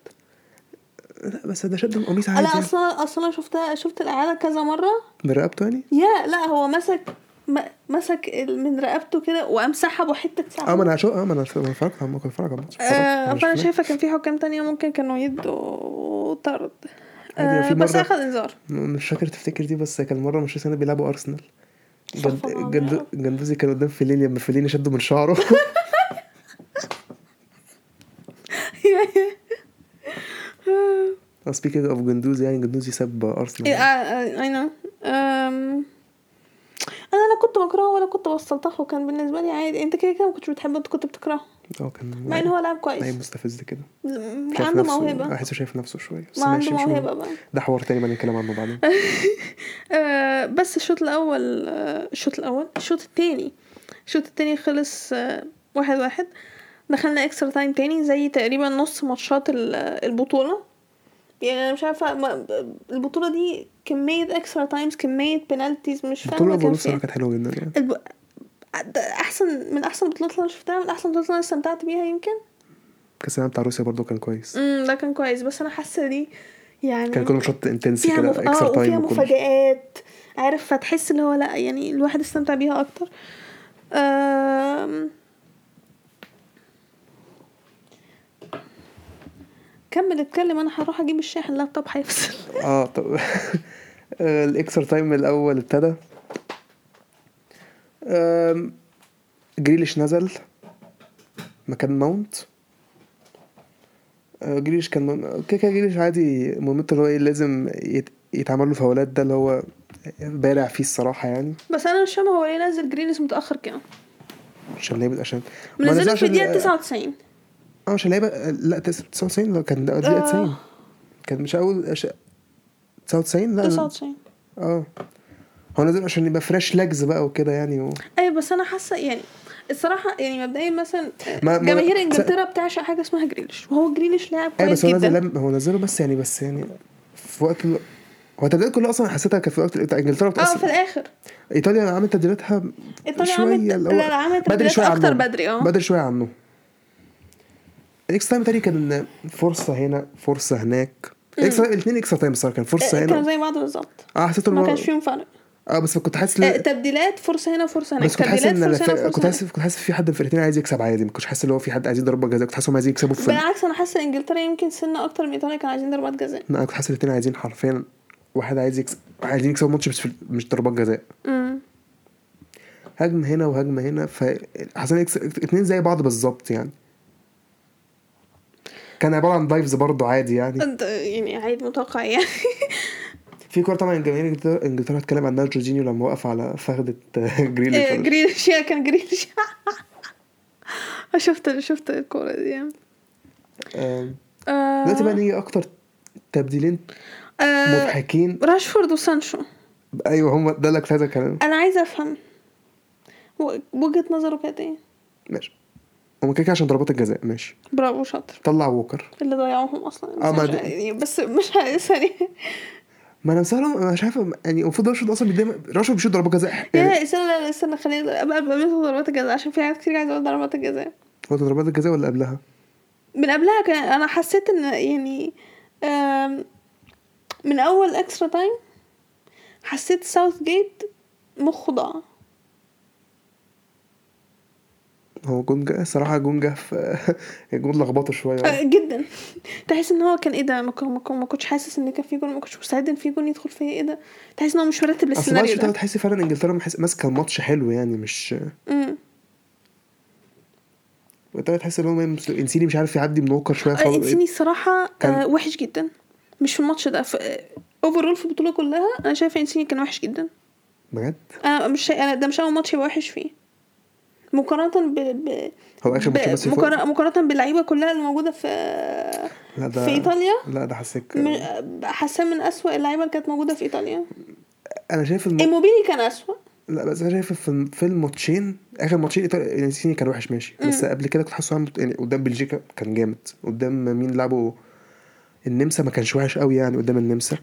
Speaker 2: لا بس ده شد القميص عادي
Speaker 1: انا
Speaker 2: يعني.
Speaker 1: اصلا اصلا شفتها شفت الاعاده كذا مره
Speaker 2: برقبته يعني
Speaker 1: يا لا هو مسك م- مسك ال- من رقبته كده وقام سحبه حته سحبه
Speaker 2: اه ما انا شو اه ما انا شو- ما أنا اتفرجت على- كنت بتفرج على الماتش اتفرجت.
Speaker 1: آه،
Speaker 2: أنا
Speaker 1: فانا
Speaker 2: شفناه.
Speaker 1: شايفه كان في حكام تانية ممكن كانوا يدوا طرد
Speaker 2: عادي،
Speaker 1: آه
Speaker 2: في
Speaker 1: بس
Speaker 2: مرة-
Speaker 1: اخذ انذار
Speaker 2: م- مش فاكر تفتكر دي بس كان مرة مانشستر يونايتد بيلعبوا ارسنال جد-
Speaker 1: استغفر الله
Speaker 2: جندو-
Speaker 1: يا رب.
Speaker 2: جندوزي كان قدام فيليني لما فيليني شده من شعره سبيكينج اوف جندوزي يعني
Speaker 1: إيه، آه.
Speaker 2: جندوزي ساب ارسنال
Speaker 1: اي نو انا لو Um, كنت مكان بكرهه ولا كنت بستلطخه كان بالنسبه لي عادي انت كده كده ما كنتش بتحبه انت كنت بتكرهه
Speaker 2: اه كان
Speaker 1: مع ان هو لاعب
Speaker 2: لعيب
Speaker 1: كويس
Speaker 2: مستفز كده
Speaker 1: مش
Speaker 2: شايف
Speaker 1: عنده
Speaker 2: طيب. نفسه-
Speaker 1: موهبه
Speaker 2: احسه شايف نفسه شويه بس
Speaker 1: ما عنده
Speaker 2: ماشي مش مهم.
Speaker 1: موهبه بقى
Speaker 2: ده حوار تاني بقى نتكلم عنه بعدين
Speaker 1: آه بس الشوط الاول آه، الشوط الاول الشوط التاني الشوط التاني خلص آه واحد واحد دخلنا اكسترا تايم تاني زي تقريبا نص ماتشات ال- آه، البطوله يعني انا مش عارفه ما البطوله دي كميه اكسترا تايمز كميه بنالتيز مش فاهمه
Speaker 2: البطوله
Speaker 1: كان إيه.
Speaker 2: الأولى
Speaker 1: فيها
Speaker 2: الصراحه كانت حلوه جدا يعني
Speaker 1: الب... ده احسن من احسن البطولات اللي انا شفتها من احسن البطولات اللي انا استمتعت بيها يمكن
Speaker 2: كاس العالم بتاع روسيا برضو كان كويس
Speaker 1: امم ده كان كويس بس انا حاسه دي يعني
Speaker 2: كان كل ماتشات انتنس
Speaker 1: فيها
Speaker 2: كده
Speaker 1: مف...
Speaker 2: اكسترا
Speaker 1: اه وفيها
Speaker 2: تايم وكل
Speaker 1: مفاجآت عارف فتحس اللي هو لا يعني الواحد استمتع بيها اكتر أم... كمل اتكلم انا هروح اجيب الشاحن اللابتوب هيفصل
Speaker 2: اه طب الاكسترا تايم الاول ابتدى آم، جريليش نزل مكان ماونت آه، جريليش كان مم- كده كده جريليش عادي مهمته اللي هو ايه لازم يت- يتعمل له فاولات ده اللي هو بارع فيه الصراحه يعني
Speaker 1: بس انا مش فاهمه هو ليه نزل جريليز متاخر كده
Speaker 2: عشان لعيبه عشان ما
Speaker 1: منزله
Speaker 2: نزلش
Speaker 1: في الدقيقه
Speaker 2: ال-
Speaker 1: 99
Speaker 2: اه مش لعيبه لا تس- 99 لا كان ده- دقيقه
Speaker 1: آه.
Speaker 2: 90 كان مش اول أش- 99 لا
Speaker 1: 99
Speaker 2: اه هو نزل عشان يبقى فريش ليجز بقى وكده يعني و...
Speaker 1: ايوه بس انا حاسه يعني الصراحه يعني مبدئيا مثلا
Speaker 2: ما- ما-
Speaker 1: جماهير
Speaker 2: س-
Speaker 1: انجلترا بتعشق حاجه اسمها جريليش وهو جريليش لاعب
Speaker 2: ايوه
Speaker 1: كويس
Speaker 2: بس هو نزل
Speaker 1: جدا
Speaker 2: لم... هو نزله بس يعني بس يعني في وقت ال... هو التبديلات كلها اصلا حسيتها كانت في وقت بتاع انجلترا
Speaker 1: اه في
Speaker 2: بتأثر
Speaker 1: الاخر
Speaker 2: ايطاليا عملت تبديلاتها
Speaker 1: ايطاليا
Speaker 2: شوية
Speaker 1: عملت
Speaker 2: اللي
Speaker 1: لا
Speaker 2: هو
Speaker 1: لا عملت
Speaker 2: بدري
Speaker 1: بدري
Speaker 2: شويه
Speaker 1: اكتر
Speaker 2: عنهم
Speaker 1: بدري اه
Speaker 2: بدري شويه عنه الاكس تايم تاني كان فرصه هنا فرصه هناك الاكس الاثنين اكسترا تايم الصراحه كان فرصه
Speaker 1: كانوا
Speaker 2: هنا
Speaker 1: زي بعض بالظبط
Speaker 2: اه حسيت إن
Speaker 1: آه، ما
Speaker 2: هو-
Speaker 1: كانش فيهم فرق
Speaker 2: اه بس كنت حاسس
Speaker 1: آه،
Speaker 2: لا
Speaker 1: تبديلات فرصه هنا فرصه هناك
Speaker 2: بس كنت حاسس
Speaker 1: تبديلات
Speaker 2: ان
Speaker 1: فرصه هنا
Speaker 2: الف... كنت
Speaker 1: فرصه
Speaker 2: حاسس
Speaker 1: هناك
Speaker 2: كنت حاسس في حد من الفرقتين عايز يكسب عادي ما كنتش حاسس ان هو في حد عايز يضرب ضربه جزاء كنت حاسس هم عايزين يكسبوا في فن
Speaker 1: بالعكس انا حاسه انجلترا يمكن سنه اكتر من ايطاليا كانوا عايزين ضربات جزاء
Speaker 2: انا كنت حاسس الاثنين عايزين حرفيا واحد عايز يكسب عايزين يكسبوا ماتش بس في... مش ضربات جزاء
Speaker 1: امم
Speaker 2: هجمه هنا وهجمه هنا فحسن يكسب الاثنين زي بعض بالظبط يعني كان عباره عن دايفز برضه عادي يعني
Speaker 1: أنت- يعني عادي متوقع يعني
Speaker 2: إيه في كوره طبعا جماهير إنجلترا- انجلترا اتكلم عنها جورجينيو لما وقف على فخده
Speaker 1: آه،
Speaker 2: جريليش
Speaker 1: جريليش يا كان جريليش شفت شفت الكوره دي يعني.
Speaker 2: آم،
Speaker 1: آه،
Speaker 2: دلوقتي بقى نيجي اكتر تبديلين
Speaker 1: آه،
Speaker 2: مضحكين
Speaker 1: راشفورد وسانشو
Speaker 2: ايوه هم ده اللي كنت عايز اتكلم
Speaker 1: انا عايزه افهم و- وجهه نظره كانت ايه
Speaker 2: ماشي هم كده كده عشان ضربات الجزاء ماشي
Speaker 1: برافو شاطر
Speaker 2: طلع ووكر
Speaker 1: اللي ضيعوهم اصلا بس,
Speaker 2: آه، ما
Speaker 1: مش...
Speaker 2: ده-
Speaker 1: يعني بس مش عايز- يعني
Speaker 2: ما انا مسألهم انا مش عارف يعني المفروض راشفورد اصلا بيدي راشفورد بيشوط ضربات جزاء يعني
Speaker 1: يا استنى لا لا، استنى خلينا قبل قبل ما ندخل ضربات الجزاء عشان في حاجات كتير عايزه اقول ضربات الجزاء
Speaker 2: هو ده ضربات الجزاء ولا قبلها؟
Speaker 1: من قبلها كان انا حسيت ان يعني آم، من اول اكسترا تايم حسيت ساوث جيت مخه ضاع
Speaker 2: هو جون جه الصراحه جون جه في جون لخبطه شويه
Speaker 1: آه، جدا تحس ان هو كان ايه ده ما كن- ما كن- ما كنتش حاسس ان كان في جون ما كنتش مستعد ان في جون يدخل فيا ايه ده تحس ان هو مش مرتب
Speaker 2: اصل بقى
Speaker 1: للسيناريو
Speaker 2: الشوط
Speaker 1: ده
Speaker 2: تحس فعلا انجلترا محس- ماسكه الماتش حلو يعني مش
Speaker 1: امم
Speaker 2: انجلترا تحس ان هو مس- انسيني مش عارف يعدي من ووكر شويه
Speaker 1: آه،
Speaker 2: خالص
Speaker 1: انسيني الصراحه
Speaker 2: كان-
Speaker 1: آه، وحش جدا مش في الماتش ده في اوفرول في البطوله كلها انا شايفه انسيني كان وحش جدا
Speaker 2: بجد
Speaker 1: انا مش شايف- انا ده مش اول ماتش يبقى وحش فيه مقارنة ب... ب...
Speaker 2: هو اخر ماتش بس
Speaker 1: ب...
Speaker 2: يفوق
Speaker 1: مقارنة, مقارنة باللعيبة كلها اللي موجودة في
Speaker 2: لا ده
Speaker 1: في إيطاليا
Speaker 2: لا ده حسيت
Speaker 1: م- حاساه من أسوأ اللعيبة اللي كانت موجودة في إيطاليا
Speaker 2: انا شايف الم...
Speaker 1: إيموبيلي كان أسوأ
Speaker 2: لا بس انا شايف في في الماتشين اخر ماتشين ايطاليا انسيني كان وحش ماشي بس قبل كده كنت حاسه عامل- يعني قدام بلجيكا كان جامد قدام مين لعبه النمسا ما كانش وحش قوي يعني قدام النمسا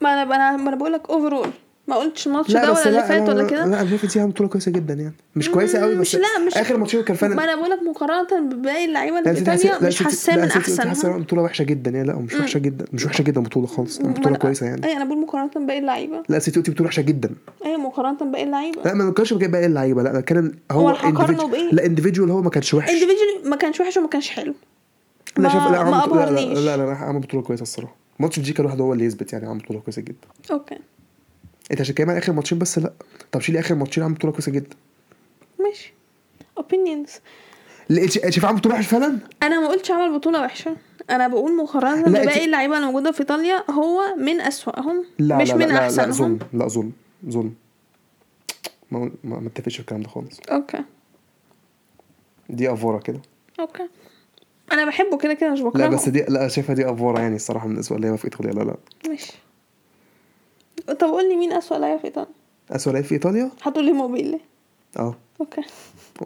Speaker 1: ما أنا أنا ما أنا بقول لك أوفرول ما قلتش الماتش
Speaker 2: لا
Speaker 1: ده
Speaker 2: بس
Speaker 1: ولا اللي
Speaker 2: لا
Speaker 1: فات
Speaker 2: لا
Speaker 1: ولا
Speaker 2: لا,
Speaker 1: كده
Speaker 2: لا انا شايف انسيني عامل بطوله كويسه جدا يعني مش كويسه قوي
Speaker 1: مم،
Speaker 2: بس
Speaker 1: مش لا مش
Speaker 2: اخر ماتشين كان فعلا
Speaker 1: ما أنا بقول لك مقارنة بباقي اللعيبة
Speaker 2: لا
Speaker 1: اللي في
Speaker 2: أنت حاسس-
Speaker 1: إيطاليا
Speaker 2: لا
Speaker 1: مش
Speaker 2: أنت-
Speaker 1: حاساه
Speaker 2: لا
Speaker 1: من
Speaker 2: أنت- أنت حاسة
Speaker 1: أحسنها
Speaker 2: إن البطوله وحشه جدا يعني لا مش وحشه جدا مش وحشه جدا بطوله خالص لا
Speaker 1: ما
Speaker 2: بطوله
Speaker 1: أنا-
Speaker 2: كويسه يعني
Speaker 1: أي أنا بقول مقارنة بباقي اللعيبة
Speaker 2: لا سيتي اوتي بطوله وحشه جدا
Speaker 1: أي مقارنة بباقي اللعيبة
Speaker 2: لا ما نتكلمش بجد باقي اللعيبه إيه لا كان هو
Speaker 1: هو هقارنه
Speaker 2: individual-
Speaker 1: بإيه؟
Speaker 2: لا انديفيدوال هو ما كانش وحش
Speaker 1: individually ما كانش وحش وما كانش حلو
Speaker 2: لا
Speaker 1: ما-
Speaker 2: شايف لا عمل
Speaker 1: ما
Speaker 2: بطولة- لا لا
Speaker 1: أبهرنيش.
Speaker 2: لا, لا, لا عمل بطوله كويسه الصراحه ماتش بلجيكا لوحده هو اللي يثبت يعني عمل بطوله كويسه جدا
Speaker 1: اوكي
Speaker 2: انت عشان كمان اخر ماتشين بس لا طب شيل اخر ماتشين عمل بطوله كويسه جدا
Speaker 1: ماشي opinions
Speaker 2: لا إتش- شايف عمل بطوله وحش فعلا
Speaker 1: انا ما قلتش عمل بطوله وحشه انا بقول مقارنه
Speaker 2: لا،
Speaker 1: بباقي
Speaker 2: أنت-
Speaker 1: اللعيبه اللي موجوده في ايطاليا هو من اسوأهم
Speaker 2: لا
Speaker 1: مش
Speaker 2: لا
Speaker 1: من
Speaker 2: لا لا, لا
Speaker 1: احسنهم
Speaker 2: ظلم لا ظلم ظلم ما هو- ما ما اتفقش في الكلام ده خالص
Speaker 1: اوكي
Speaker 2: دي افوره كده
Speaker 1: اوكي انا بحبه كده كده مش بكرهه
Speaker 2: لا بس دي لا شايفها دي افوره يعني الصراحه بالنسبه ليا في ايطاليا لا لا
Speaker 1: ماشي طب قولي مين اسوأ لاعب في ايطاليا
Speaker 2: اسوء لعيب في ايطاليا
Speaker 1: هتقولي موبيلي
Speaker 2: اه
Speaker 1: اوكي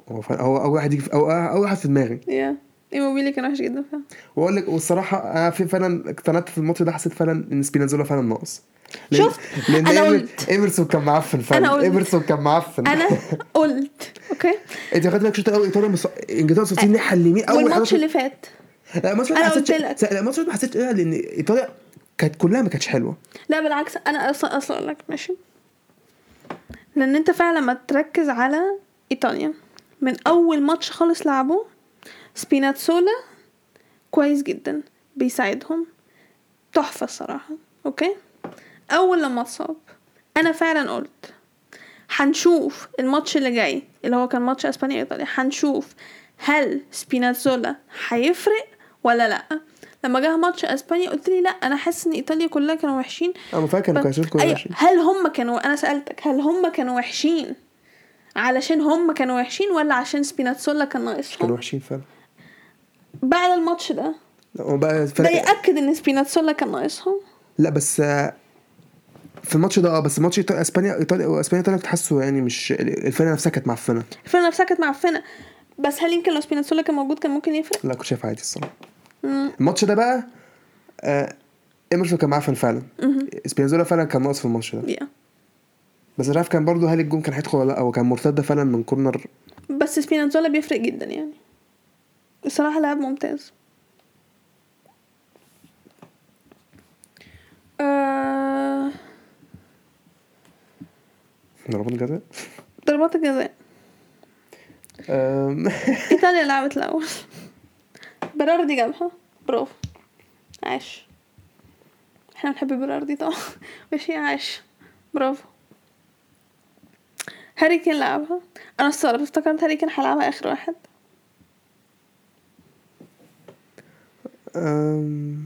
Speaker 2: هو فعلا- هو اول واحد يجي في- أو اول واحد في دماغي
Speaker 1: يا ايموبيلي كان وحش جدا فعلا
Speaker 2: واقول لك والصراحه انا في فعلا اقتنعت في الماتش ده حسيت فعلا ان سبينازولا فعلا ناقص لأن-
Speaker 1: شفت؟
Speaker 2: لان
Speaker 1: أنا
Speaker 2: إيمر-
Speaker 1: قلت.
Speaker 2: ايمرسون كان معفن فعلا
Speaker 1: أنا قلت.
Speaker 2: ايمرسون كان معفن
Speaker 1: انا قلت اوكي
Speaker 2: انت خدت بالك شوط الاول ايطاليا مص... انجلترا مصاصين الناحيه اليمين اول
Speaker 1: أه، والماتش
Speaker 2: 11
Speaker 1: اللي فات
Speaker 2: لا الماتش
Speaker 1: أنا
Speaker 2: ما
Speaker 1: قلت
Speaker 2: حسيتش
Speaker 1: لك.
Speaker 2: لا الماتش ما حسيتش إيه، لان ايطاليا كانت كلها ما كانتش حلوه
Speaker 1: لا بالعكس انا اصلا اصلا اقول لك ماشي لان انت فعلا لما تركز على ايطاليا من اول ماتش خالص لعبوه سبيناتسولا كويس جدا بيساعدهم تحفه الصراحه اوكي اول لما اتصاب انا فعلا قلت هنشوف الماتش اللي جاي اللي هو كان ماتش اسبانيا ايطاليا هنشوف هل سبينازولا هيفرق ولا لا لما جه ماتش اسبانيا قلت لي لا انا حاسس ان ايطاليا كلها كانوا وحشين
Speaker 2: انا فاكر كانوا كانوا كلها
Speaker 1: أيوة.
Speaker 2: ماشيين.
Speaker 1: هل هم كانوا انا سالتك هل هم كانوا وحشين علشان هم كانوا وحشين ولا عشان سبيناتسولا كان
Speaker 2: كانوا
Speaker 1: ناقصهم
Speaker 2: وحشين فعلا
Speaker 1: بعد الماتش ده
Speaker 2: لا هو بقى
Speaker 1: ده
Speaker 2: فرق
Speaker 1: ياكد ان سبيناتسولا كان ناقصهم
Speaker 2: لا بس آه، في الماتش ده اه بس ماتش إيطاليا- اسبانيا ايطاليا واسبانيا ايطاليا كنت حاسه يعني مش الفرقه نفسها كانت معفنه
Speaker 1: الفرقه نفسها كانت معفنه بس هل يمكن لو سبيناتسولا كان موجود كان ممكن يفرق
Speaker 2: لا كنت شايف عادي الصراحه
Speaker 1: مم.
Speaker 2: الماتش ده بقى آه ايمرسون كان معفن فعلا سبينزولا فعلا كان ناقص في الماتش ده
Speaker 1: yeah.
Speaker 2: بس مش عارف كان برضه هل الجون كان هيدخل ولا لا هو كان مرتده فعلا من كورنر
Speaker 1: بس سبيناتزولا بيفرق جدا يعني الصراحة لاعب ممتاز آه،
Speaker 2: من ضربات الجزاء
Speaker 1: ضربات الجزاء
Speaker 2: آم،
Speaker 1: ايطاليا لعبت الاول بيراردي جابها برافو عاش احنا بنحب بيراردي طبعا ماشي عاش برافو هاري كين لعبها انا استغربت افتكرت هاري كين هيلعبها اخر واحد
Speaker 2: آم،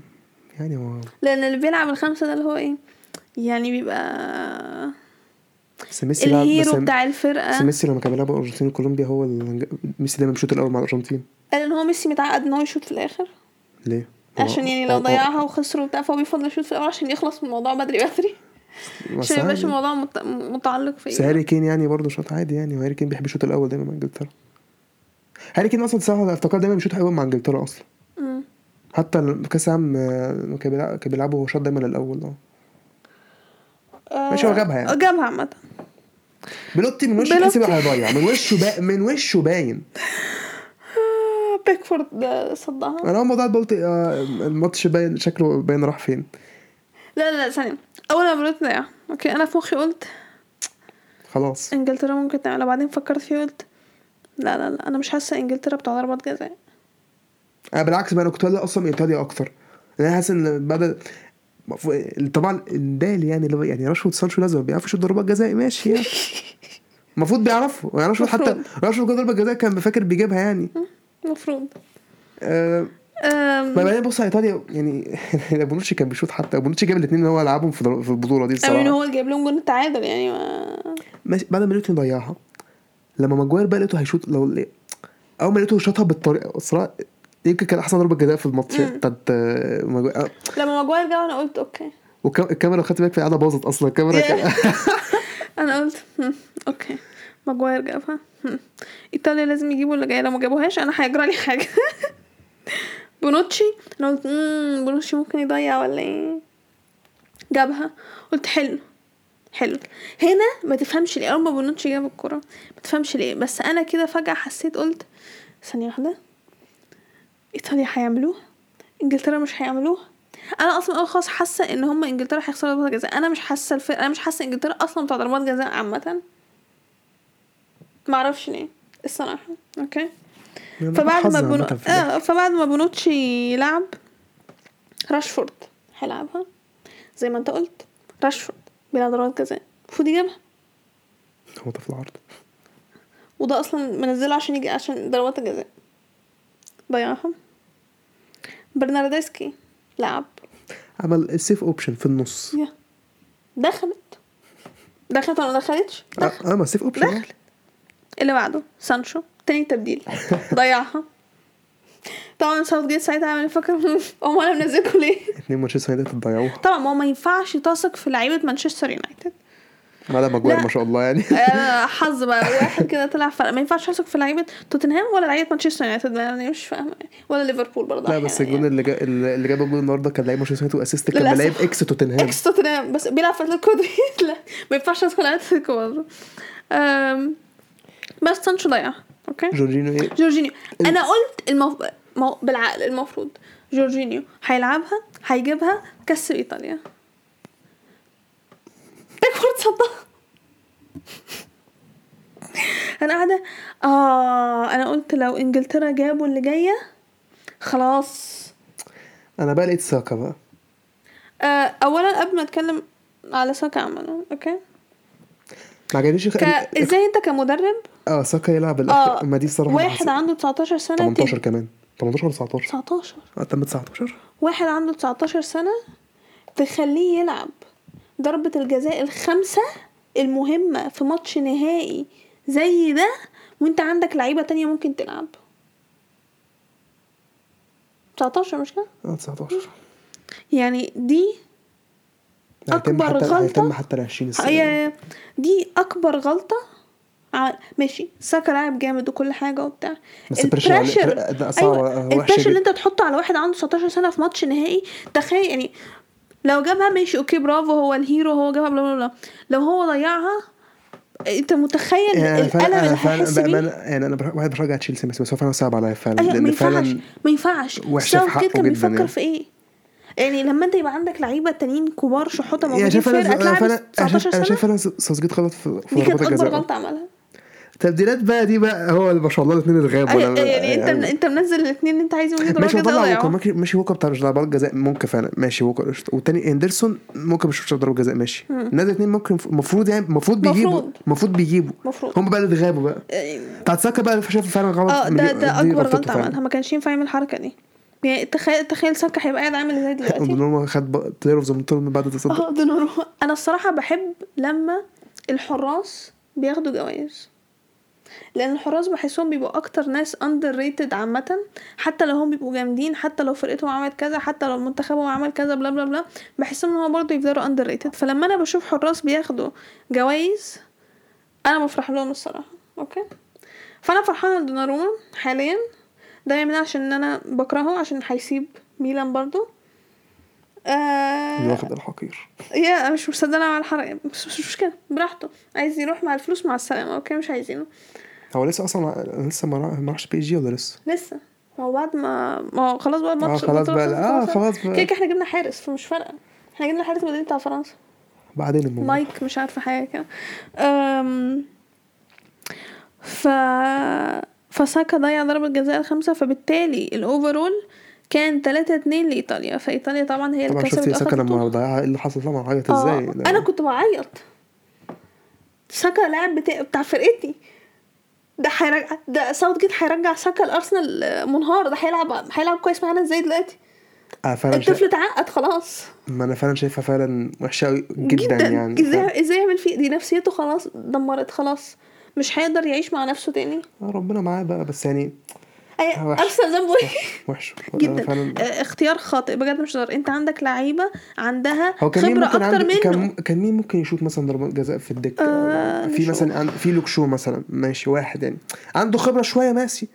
Speaker 2: يعني هو
Speaker 1: لان اللي بيلعب الخمسه ده اللي هو ايه يعني بيبقى
Speaker 2: بس ميسي لعب بس
Speaker 1: الهيرو بتاع آه. الفرقه
Speaker 2: بس ميسي لما كان بيلعب الارجنتين وكولومبيا هو اللي جا- ميسي دايما بيشوط الاول مع الارجنتين
Speaker 1: قال ان هو ميسي متعقد ان هو يشوط في الاخر
Speaker 2: ليه؟ هو-
Speaker 1: عشان يعني
Speaker 2: هو-
Speaker 1: لو
Speaker 2: هو-
Speaker 1: ضيعها وخسروا وبتاع فهو بيفضل يشوط في الاول عشان يخلص من الموضوع بدري بدري
Speaker 2: بس
Speaker 1: عشان ميبقاش
Speaker 2: عادي.
Speaker 1: الموضوع مت- متعلق
Speaker 2: بس
Speaker 1: في
Speaker 2: هاري كين يعني برضه شوط عادي يعني وهاري كين بيحب يشوط الاول دايما مع انجلترا هاري كين اصلا صراحه افتكر دايما بيشوط الاول مع انجلترا اصلا
Speaker 1: مم.
Speaker 2: حتى لما في كاس عام آه، لما كان بيلع- كان بيلعبه هو شاط دايما الاول اه
Speaker 1: آه،
Speaker 2: ماشي، هو جابها يعني.
Speaker 1: جابها عامة
Speaker 2: بلوتي من وشه
Speaker 1: بلوتي.
Speaker 2: تحس إنه هيضيع من وشه با... من وشه باين
Speaker 1: آه، بيكفورد آه، صدها
Speaker 2: انا اول ما ضاعت بلوتي آه، الماتش باين شكله باين راح فين
Speaker 1: لا لا لا ثانية أول ما بلوت ضيع أوكي أنا في مخي قلت
Speaker 2: خلاص
Speaker 1: إنجلترا ممكن تعملها بعدين فكرت فيه قلت لا لا لا أنا مش حاسة إنجلترا بتاع ضربات جزاء
Speaker 2: انا بالعكس بقى انا كنت ولا اصلا ايطاليا اكتر انا يعني حاسس ان بعد مفروض- طبعا الدالي يعني اللي هو- يعني راشفورد سانشو لازم بيعرف يشوط ضربات جزاء ماشي يعني المفروض بيعرفه يعني راشفورد حتى راشفورد ضربه جزاء كان فاكر بيجيبها يعني
Speaker 1: المفروض
Speaker 2: آه،
Speaker 1: آم،
Speaker 2: ما بعدين بص على ايطاليا يعني بونوتشي كان بيشوط حتى بونوتشي جاب الاثنين اللي هو لعبهم في در- في البطوله دي
Speaker 1: أو إن
Speaker 2: الصراحه
Speaker 1: هو اللي جايب لهم جون التعادل يعني ما
Speaker 2: ماشي بعد ما لقيته يضيعها لما ماجواير بقى لقيته هيشوط لو اول ما لقيته شاطها بالطريقه الصراحه يمكن كان احسن ضربه جزاء في الماتش بتاعت آه، ماجواير آه،
Speaker 1: لما ماجواير جاب أنا قلت أوكي
Speaker 2: والكاميرا لو خدت بالك في قاعده باظت اصلا الكاميرا كان-
Speaker 1: انا قلت هم، اوكي ماجواير جابها هم، ايطاليا لازم يجيبوا اللي جاي لو ما جابوهاش انا هيجرى لي حاجه بونوتشي انا قلت امم بونوتشي ممكن يضيع ولا ايه جابها قلت حلو حلو هنا ما تفهمش ليه اول ما بونوتشي جاب الكره ما تفهمش ليه بس انا كده فجاه حسيت قلت ثانيه واحده ايطاليا هيعملوها انجلترا مش هيعملوها انا اصلا اول خالص حاسه ان هم انجلترا هيخسروا ضربات جزاء انا مش حاسه الفرق انا مش حاسه انجلترا اصلا بتاع ضربات جزاء عامه ما اعرفش ليه الصراحه اوكي فبعد ما
Speaker 2: حظنا
Speaker 1: بنو...
Speaker 2: عامة في الآخر.
Speaker 1: آه فبعد ما بنوتشي لعب راشفورد هيلعبها زي ما انت قلت راشفورد بلا ضربات جزاء المفروض يجيبها
Speaker 2: هو ده في العرض
Speaker 1: وده اصلا منزله عشان يجي عشان ضربات الجزاء ضيعها برناردسكي لعب
Speaker 2: عمل السيف اوبشن في النص
Speaker 1: يا دخلت دخلت ولا ما دخلتش؟
Speaker 2: اه آه، ما سيف اوبشن
Speaker 1: دخل اللي بعده سانشو تاني تبديل ضيعها طبعا ساوث جيت ساعتها عمل فاكر هم انا منزلكم ليه
Speaker 2: اتنين مانشستر يونايتد ضيعوها
Speaker 1: طبعا ما هو ما ينفعش تثق في لعيبه مانشستر يونايتد
Speaker 2: ما دام اجوال
Speaker 1: لا.
Speaker 2: ما شاء الله يعني
Speaker 1: آه، حظ بقى واحد كده طلع فرق ما ينفعش اثق في لعيبه توتنهام ولا لعيبه مانشستر يونايتد انا مش فاهمه ولا ليفربول برضه يعني
Speaker 2: لا بس
Speaker 1: أحياناً
Speaker 2: الجون اللي جا... اللي جابه الجون النهارده كان لعيب مانشستر يونايتد واسيست كان
Speaker 1: للأسف.
Speaker 2: لاعب اكس توتنهام
Speaker 1: اكس توتنهام بس بيلعب في اتلتيكو مدريد لا ما ينفعش ادخل اتلتيكو برضه أم، بس سانشو ضيع اوكي
Speaker 2: جورجينيو ايه
Speaker 1: جورجينيو انا قلت المف... مو... بالعقل المفروض جورجينيو هيلعبها هيجيبها كسر ايطاليا باكورد صدها انا قاعده اه انا قلت لو انجلترا جابوا اللي جايه خلاص
Speaker 2: انا بقى لقيت ساكا بقى
Speaker 1: آه، اولا قبل ما اتكلم على ساكا عمله اوكي
Speaker 2: ما عجبنيش
Speaker 1: ك...
Speaker 2: خ...
Speaker 1: ازاي انت كمدرب
Speaker 2: اه ساكا يلعب
Speaker 1: اه
Speaker 2: الاخر ما دي الصراحه
Speaker 1: واحد
Speaker 2: بحس-
Speaker 1: عنده 19 سنه
Speaker 2: 18
Speaker 1: تيجي-
Speaker 2: كمان 18 ولا 19
Speaker 1: 19
Speaker 2: اه تم 19
Speaker 1: واحد عنده 19 سنه تخليه يلعب ضربه الجزاء الخامسه المهمه في ماتش نهائي زي ده وانت عندك لعيبه تانية ممكن تلعب 19 مش كده
Speaker 2: اه 19
Speaker 1: يعني دي
Speaker 2: هيتم
Speaker 1: أكبر
Speaker 2: حتى
Speaker 1: غلطة.
Speaker 2: هيتم حتى ل 20 السنه
Speaker 1: هي دي اكبر غلطه ع- ماشي ساكا لاعب جامد وكل حاجه وبتاع
Speaker 2: بس البريشر عليه- لا، صعبة، وحشة
Speaker 1: البريشر اللي
Speaker 2: جدا.
Speaker 1: انت تحطه على واحد عنده 19 سنه في ماتش نهائي تخيل يعني لو جابها ماشي اوكي برافو هو الهيرو هو جابها بلا بلا بلا لو هو ضيعها انت متخيل
Speaker 2: يعني
Speaker 1: الالم
Speaker 2: انا فعلا
Speaker 1: اللي
Speaker 2: انا فعلا
Speaker 1: هيحس إيه، بيه
Speaker 2: بأمانة- يعني انا بر- واحد بشجع تشيلسي بس بس هو فعلا صعب عليا فعلا
Speaker 1: ايوه ما
Speaker 2: لان
Speaker 1: ينفعش
Speaker 2: فعلا
Speaker 1: ما ينفعش
Speaker 2: وحشة في
Speaker 1: ساوث جيت
Speaker 2: حقه
Speaker 1: كان
Speaker 2: جدا
Speaker 1: بيفكر
Speaker 2: يعني.
Speaker 1: في ايه؟ يعني لما انت يبقى عندك لعيبه تانيين كبار شحوطه موجودين
Speaker 2: يعني
Speaker 1: في
Speaker 2: شايف انا
Speaker 1: فرقه تلعب
Speaker 2: انا فعلا انا
Speaker 1: 19
Speaker 2: شايف- أنا
Speaker 1: سنه
Speaker 2: شايف انا سوسجيت غلط في في
Speaker 1: دي كانت
Speaker 2: ضربات
Speaker 1: اكبر
Speaker 2: الجزاء
Speaker 1: غلطه عملها
Speaker 2: تبديلات بقى دي بقى هو اللي ما شاء الله الاثنين اتغابوا
Speaker 1: أي-
Speaker 2: أنا-
Speaker 1: يعني انت
Speaker 2: يعني-
Speaker 1: انت منزل الاثنين اللي انت عايزهم يجوا الراجل
Speaker 2: ماشي
Speaker 1: ده
Speaker 2: وطلع ووكر
Speaker 1: ضيعوه
Speaker 2: ماشي- ماشي ووكر بتاع ضربات جزاء ممكن فعلا ماشي ووكر قشطة. والتاني اندرسون ممكن مش ضربة جزاء ماشي الناس الاثنين ممكن المفروض يعني المفروض بيجيبوا
Speaker 1: مفروض.
Speaker 2: المفروض بيجيبوا
Speaker 1: مفروض.
Speaker 2: هم بقى اللي اتغابوا بقى
Speaker 1: يعني-
Speaker 2: بتاعت ساكا بقى شايف فعلا غلط
Speaker 1: اه ده
Speaker 2: مليون-
Speaker 1: ده
Speaker 2: دي
Speaker 1: اكبر
Speaker 2: غلطته
Speaker 1: غلطه
Speaker 2: فعلا.
Speaker 1: عملها ما كانش ينفع يعمل الحركه دي يعني تخيل تخيل ساكا هيبقى قاعد عامل ازاي دلوقتي
Speaker 2: ان هو خد بلاير اوف ذا من بعد التصدق
Speaker 1: اه ده نور انا الصراحه بحب لما الحراس بياخدوا جوائز لان الحراس بحسهم بيبقوا اكتر ناس اندر ريتد عامه حتى لو هم بيبقوا جامدين حتى لو فرقتهم عملت كذا حتى لو منتخبهم عمل كذا بلا بلا بلا بحسهم ان هو برضه يفضلوا اندر ريتد فلما انا بشوف حراس بياخدوا جوائز انا بفرح لهم الصراحه اوكي فانا فرحانه لدوناروما حاليا ده يمنع عشان إن انا بكرهه عشان هيسيب ميلان برضه
Speaker 2: اللي
Speaker 1: آه
Speaker 2: واخد الحقير
Speaker 1: يا أنا مش مصدقه على الحرق بس مش مشكله براحته عايز يروح مع الفلوس مع السلامه اوكي مش عايزينه
Speaker 2: هو لسه اصلا لسه ما راح- ما راحش بي جي ولا لسه
Speaker 1: لسه ما هو بعد ما ما هو خلاص بقى الماتش
Speaker 2: خلاص
Speaker 1: البطولة
Speaker 2: بقى،
Speaker 1: خلصت خلاص.
Speaker 2: آه، خلاص بقى.
Speaker 1: كده كده احنا جبنا حارس فمش فارقه احنا جبنا حارس بديل بتاع فرنسا
Speaker 2: بعدين المهم
Speaker 1: مايك مش عارفه حاجه كده أم، ف فساكا ضيع ضربة جزاء الخامسة فبالتالي الأوفرول كان 3 2 لإيطاليا فإيطاليا طبعا هي اللي
Speaker 2: طبعا شفت
Speaker 1: كسبت
Speaker 2: يا ساكا
Speaker 1: أخدت البطولة.
Speaker 2: لما ضيعها ايه اللي حصل طبعا عيط ازاي
Speaker 1: آه.
Speaker 2: ده-
Speaker 1: انا كنت بعيط ساكا لاعب بتاع, بتاع فرقتي ده هيرجع ده ساوث جيت هيرجع ساكا الارسنال منهار ده هيلعب هيلعب كويس معانا ازاي دلوقتي
Speaker 2: آه، فعلا شا-
Speaker 1: الطفل اتعقد خلاص
Speaker 2: ما انا فعلا شايفها فعلا وحشه قوي جدا,
Speaker 1: جدا
Speaker 2: يعني فعلاً.
Speaker 1: ازاي ازاي يعمل فيه دي نفسيته خلاص دمرت خلاص مش هيقدر يعيش مع نفسه تاني
Speaker 2: آه، ربنا معاه بقى بس يعني
Speaker 1: أي-
Speaker 2: وحش.
Speaker 1: ارسنال ذنبه ايه
Speaker 2: وحش
Speaker 1: جدا
Speaker 2: فعلا
Speaker 1: آه، اختيار خاطئ بجد مش هزار انت عندك لعيبه عندها
Speaker 2: هو كان مين
Speaker 1: خبره
Speaker 2: ممكن
Speaker 1: اكتر
Speaker 2: عنده
Speaker 1: منه
Speaker 2: كان, كان مين ممكن يشوط مثلا ضربات جزاء في الدكه
Speaker 1: آه،
Speaker 2: في
Speaker 1: نشوف.
Speaker 2: مثلا عن- في لوك شو مثلا ماشي واحد يعني عنده خبره شويه ماشي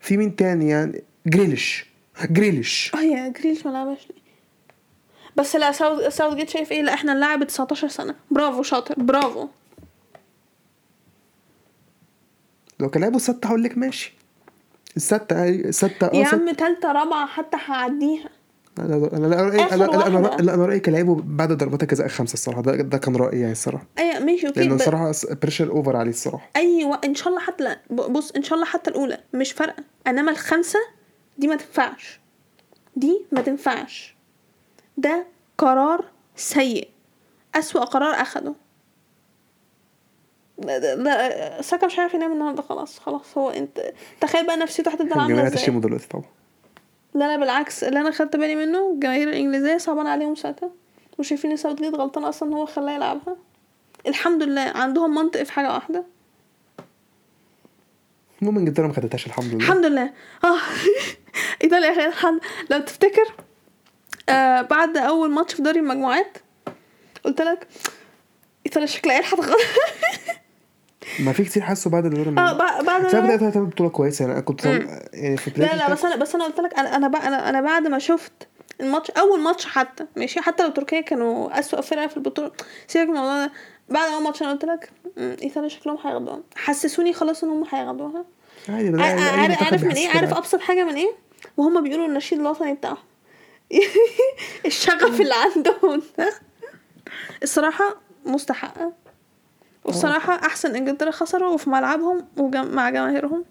Speaker 2: في مين تاني يعني جريليش جريليش
Speaker 1: اه يا جريليش ما لعبش ليه بس لا ساوث ساوث جيت شايف ايه لا احنا اللاعب 19 سنه برافو شاطر برافو
Speaker 2: لو كان لعبه الستة هقول لك ماشي الستة أي- الستة
Speaker 1: يا
Speaker 2: اه ستة
Speaker 1: عم تالتة رابعة حتى هعديها
Speaker 2: انا انا لا رأيي
Speaker 1: آخر
Speaker 2: انا لا انا
Speaker 1: واحدة.
Speaker 2: رأيي لا انا رأيي كان لعبه بعد ضربات الجزاء خمسة الصراحة ده ده كان رأيي يعني الصراحة
Speaker 1: اي ماشي اوكي
Speaker 2: لأنه
Speaker 1: ب-
Speaker 2: الصراحة بريشر اوفر عليه الصراحة
Speaker 1: اي و... ان شاء الله حتى لا ب- بص ان شاء الله حتى الاولى مش فارقه انما الخمسه دي ما تنفعش دي ما تنفعش ده قرار سيء اسوا قرار اخده ده- ده- ده ساكا مش عارف ينام النهارده خلاص خلاص هو انت تخيل بقى نفسيته هتفضل
Speaker 2: الجماهير
Speaker 1: عامله ازاي
Speaker 2: هتشتمه دلوقتي طبعا
Speaker 1: لا لا بالعكس اللي انا خدت بالي منه الجماهير الانجليزيه صعبان عليهم ساعتها وشايفين ان ساوث جيت غلطان اصلا ان هو خلاه يلعبها الحمد لله عندهم منطق في حاجه واحده
Speaker 2: المهم انجلترا ما خدتهاش الحمد لله
Speaker 1: الحمد لله اه ايطاليا اخيرا الحمد لو تفتكر آه بعد اول ماتش في دوري المجموعات قلت لك ايطاليا شكلها ايه خالص
Speaker 2: ما في كتير حسوا بعد الدوري
Speaker 1: اه
Speaker 2: المجموعات
Speaker 1: بع- بعد
Speaker 2: بس انا بدات اعتبر بطوله كويسه يعني انا كنت يعني في
Speaker 1: لا
Speaker 2: بداية
Speaker 1: لا بس انا بس انا قلت لك انا انا بقى انا انا بعد ما شفت الماتش اول ماتش حتى ماشي حتى لو تركيا كانوا اسوأ فرقه في البطوله سيبك من الموضوع ده بعد اول ماتش انا قلت لك "أمم، ايطاليا شكلهم هياخدوها حسسوني خلاص ان هم هياخدوها
Speaker 2: عادي بدأ- أي
Speaker 1: آه، عارف
Speaker 2: منتخب
Speaker 1: عارف من
Speaker 2: بيحس
Speaker 1: ايه
Speaker 2: كده
Speaker 1: عارف
Speaker 2: عادي.
Speaker 1: ابسط حاجه من ايه وهم بيقولوا النشيد الوطني بتاعهم الشغف اللي عندهم ده الصراحه مستحقه والصراحه احسن انجلترا خسروا في ملعبهم ومع جماهيرهم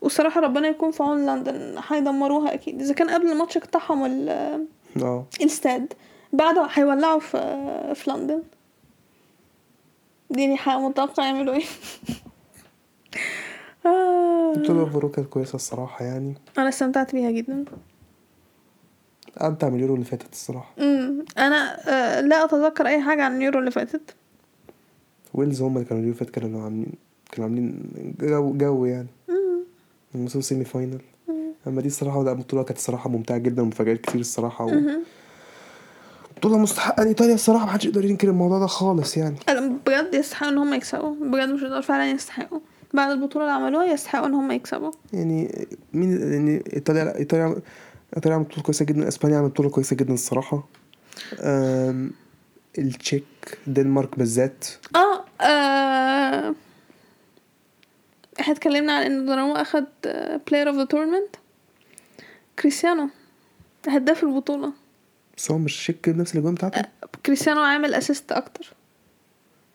Speaker 1: والصراحه ربنا يكون في عون لندن هيدمروها اكيد اذا كان قبل الماتش اقتحموا ال-
Speaker 2: اه
Speaker 1: الاستاد بعده هيولعوا في في لندن ديني حق متوقع يعملوا ايه آه.
Speaker 2: البطوله اوفرول كانت كويسه الصراحه يعني
Speaker 1: انا استمتعت بيها جدا
Speaker 2: قعدت اعمل اليورو اللي فاتت الصراحه
Speaker 1: امم انا آه، لا اتذكر اي حاجه عن اليورو اللي فاتت
Speaker 2: ويلز هم اللي كانوا اليورو اللي فاتت كانوا عاملين كانوا عاملين جو جو يعني وصلوا سيمي فاينل اما دي الصراحه لا البطوله كانت الصراحه ممتعه جدا ومفاجآت كتير الصراحه و... بطوله مستحقه لايطاليا الصراحه محدش يقدر ينكر الموضوع ده خالص يعني
Speaker 1: أنا بجد يستحقوا ان هم يكسبوا بجد مش هقدر فعلا يستحقوا بعد البطوله اللي عملوها يستحقوا ان هم يكسبوا
Speaker 2: يعني مين يعني ايطاليا لا ايطاليا ايطاليا عملت بطوله كويسه جدا اسبانيا عملت بطوله كويسه جدا الصراحه أم... التشيك دنمارك بالذات
Speaker 1: اه, آه. احنا اتكلمنا عن ان دوناروما آه، اخد بلاير اوف ذا تورنمنت كريستيانو هداف البطوله
Speaker 2: بس هو مش شك بنفس الاجوان بتاعته
Speaker 1: كريستيانو عامل اسيست اكتر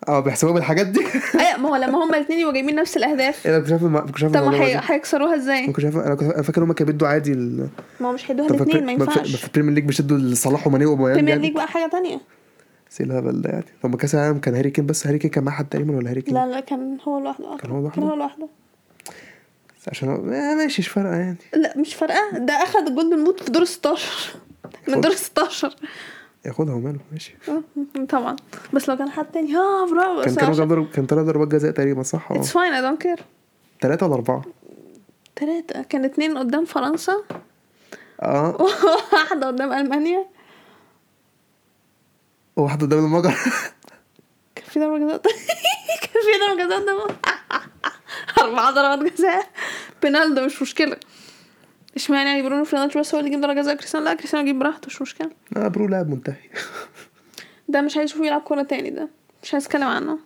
Speaker 2: اه بيحسبوها بالحاجات دي
Speaker 1: ايوه ما هو لما هما الاثنين يبقوا جايبين نفس الاهداف
Speaker 2: انا كنت شايف ما كنت شايف
Speaker 1: طب ما
Speaker 2: الموضوع
Speaker 1: هي-
Speaker 2: ده.
Speaker 1: هيكسروها ازاي
Speaker 2: ما كنت شايف انا كنت أنا فاكر هما كانوا بيدوا عادي ال...
Speaker 1: ما هو مش هيدوها
Speaker 2: طب في-
Speaker 1: الاثنين ما
Speaker 2: ما في- ما
Speaker 1: ينفعش
Speaker 2: في البريمير ليج بيشدوا لصلاح وماني وبيان
Speaker 1: بريمير ليج
Speaker 2: يعني
Speaker 1: بقى حاجه تانية
Speaker 2: سي الهبل ده يعني طب ما كاس العالم كان هاري كين بس هاري كين كان مع حد تقريبا ولا هاري كين
Speaker 1: لا لا كان هو لوحده
Speaker 2: كان هو لوحده؟
Speaker 1: كان هو لوحده
Speaker 2: عشان هو- آه، ماشي مش فارقه يعني
Speaker 1: لا مش فارقه ده اخد الجولدن بوت في دور 16 من دور 16
Speaker 2: ياخدها وماله ماشي
Speaker 1: طبعا بس لو كان حد تاني اه برافو
Speaker 2: كان
Speaker 1: بس
Speaker 2: ثلاث
Speaker 1: عشان-
Speaker 2: ضرب كان ثلاث ضربات جزاء تقريبا صح اه
Speaker 1: اتس فاين اي دونت كير
Speaker 2: ثلاثه ولا اربعه
Speaker 1: تلاتة كان اتنين قدام فرنسا
Speaker 2: اه
Speaker 1: وواحدة قدام ألمانيا
Speaker 2: واحد قدام المجر
Speaker 1: كان في ضربة جزاء كان في ضربة جزاء قدام أربع ضربات جزاء بينالدو مش مشكلة اشمعنى يعني برونو فرنانديز بس هو اللي يجيب ضربة جزاء كريستيانو لا كريستيانو يجيب براحته مش مشكلة
Speaker 2: اه برو لاعب منتهي
Speaker 1: ده مش عايز يشوفه يلعب كورة تاني ده مش عايز اتكلم عنه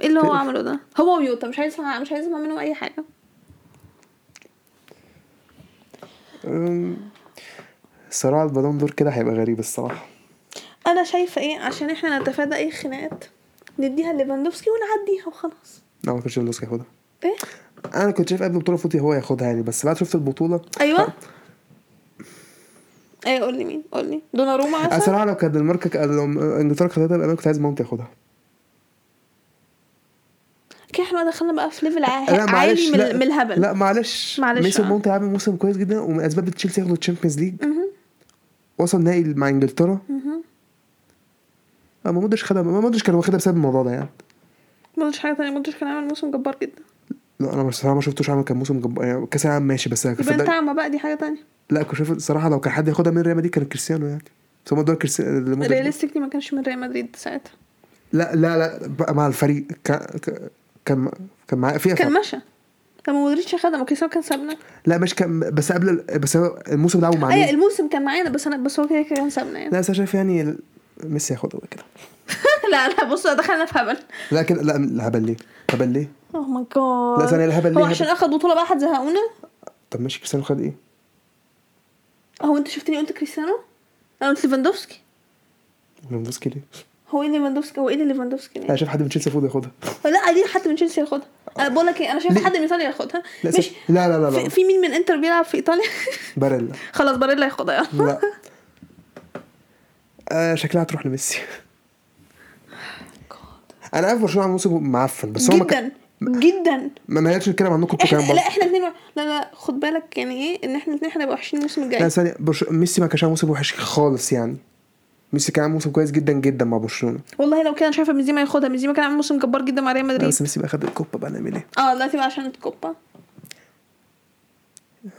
Speaker 1: ايه اللي هو عمله ده هو ويوتا مش عايز اسمع مش عايز اسمع منه اي حاجة
Speaker 2: أم، صراع البالون دور كده هيبقى غريب الصراحه
Speaker 1: انا شايفة ايه عشان احنا نتفادى اي خناقات نديها لليفاندوفسكي ونعديها وخلاص
Speaker 2: لا ما كنتش لوسكي ياخدها
Speaker 1: ايه
Speaker 2: انا كنت شايف قبل البطوله فوتي هو ياخدها يعني بس بعد شفت البطوله
Speaker 1: ايوه ايوه قول لي مين قول لي دوناروما
Speaker 2: انا
Speaker 1: مثلا
Speaker 2: صراحه آه، لو كان الدنمارك لو انجلترا كانت هتبقى انا كنت عايز ماونت ياخدها
Speaker 1: كده احنا دخلنا بقى في ليفل
Speaker 2: لا
Speaker 1: عا- عالي
Speaker 2: معلش
Speaker 1: من,
Speaker 2: لا
Speaker 1: من الهبل
Speaker 2: لا معلش
Speaker 1: معلش،
Speaker 2: ميسون
Speaker 1: آه.
Speaker 2: ماونت عامل موسم كويس جدا ومن اسباب تشيلسي ياخدوا الشامبيونز ليج وصل نهائي مع انجلترا اما مودريتش خدها ما مودريتش كان واخدها بسبب الموضوع ده يعني
Speaker 1: مودريتش حاجه تانية مودريتش كان عامل موسم جبار جدا
Speaker 2: لا انا الصراحه ما شفتوش عامل كان موسم جب... يعني كاس العالم ماشي بس أنا كنت
Speaker 1: يبقى انت
Speaker 2: فاكر-
Speaker 1: عم بقى دي حاجه تانية
Speaker 2: لا كنت شايف الصراحه لو كان حد ياخدها من ريال مدريد كان كريستيانو يعني بس هم دول كريستيانو مودريتش-
Speaker 1: رياليستيكلي ما كانش من ريال مدريد ساعتها
Speaker 2: لا لا لا بقى مع الفريق كان كان كان معاه فيها فرق.
Speaker 1: كان مشى لما مودريتش خدها ما كريستيانو كان سابنا
Speaker 2: لا مش كان بس قبل ال- بس هو الموسم ده هو مع
Speaker 1: ايوه
Speaker 2: مين؟
Speaker 1: الموسم كان معانا بس انا بس هو كده كده كان سابنا يعني
Speaker 2: لا بس انا شايف يعني ال- ميسي ياخدها كده
Speaker 1: لا لا بصوا دخلنا في هبل
Speaker 2: لا كده لا الهبل ليه؟ هبل ليه؟
Speaker 1: اوه ماي جاد
Speaker 2: لا، ثانية، الهبل
Speaker 1: هو
Speaker 2: ليه
Speaker 1: عشان
Speaker 2: هبل؟
Speaker 1: اخد بطوله بقى هتزهقونا
Speaker 2: طب ماشي كريستيانو خد ايه؟
Speaker 1: هو انت شفتني قلت كريستيانو انا قلت ليفاندوفسكي
Speaker 2: ليفاندوفسكي ليه؟
Speaker 1: هو ايه ليفاندوفسكي هو ايه اللي ليفاندوفسكي ده؟
Speaker 2: انا شايف حد من تشيلسي المفروض ياخدها
Speaker 1: لا دي حد من تشيلسي ياخدها انا بقول لك ايه انا شايفه
Speaker 2: ليه؟
Speaker 1: حد من ايطاليا ياخدها
Speaker 2: لا
Speaker 1: مش
Speaker 2: سيب- لا لا لا
Speaker 1: في,
Speaker 2: لا
Speaker 1: في مين من انتر بيلعب في ايطاليا
Speaker 2: باريلا
Speaker 1: خلاص باريلا ياخدها يلا
Speaker 2: لا آه شكلها هتروح لميسي انا عارف برشلونه عامل موسم معفن بس هو ما كان-
Speaker 1: جدا جدا
Speaker 2: ما ما قالش الكلام عنكم انتوا
Speaker 1: احنا
Speaker 2: كمان
Speaker 1: لا
Speaker 2: برضه
Speaker 1: احنا الاثنين لا لا خد بالك إيه، يعني ايه ان احنا الاثنين هنبقى وحشين الموسم
Speaker 2: لا
Speaker 1: الجاي
Speaker 2: ثانيه برش... ميسي ما كانش عامل موسم وحش خالص يعني ميسي كان عامل موسم كويس جدا جدا مع برشلونه
Speaker 1: والله لو كان شايفه بنزيما ياخدها بنزيما كان عامل موسم جبار جدا مع ريال
Speaker 2: لا،
Speaker 1: مدريد
Speaker 2: بس ميسي بقى خد الكوبا بقى نعمل ايه
Speaker 1: اه دلوقتي بقى عشان الكوبا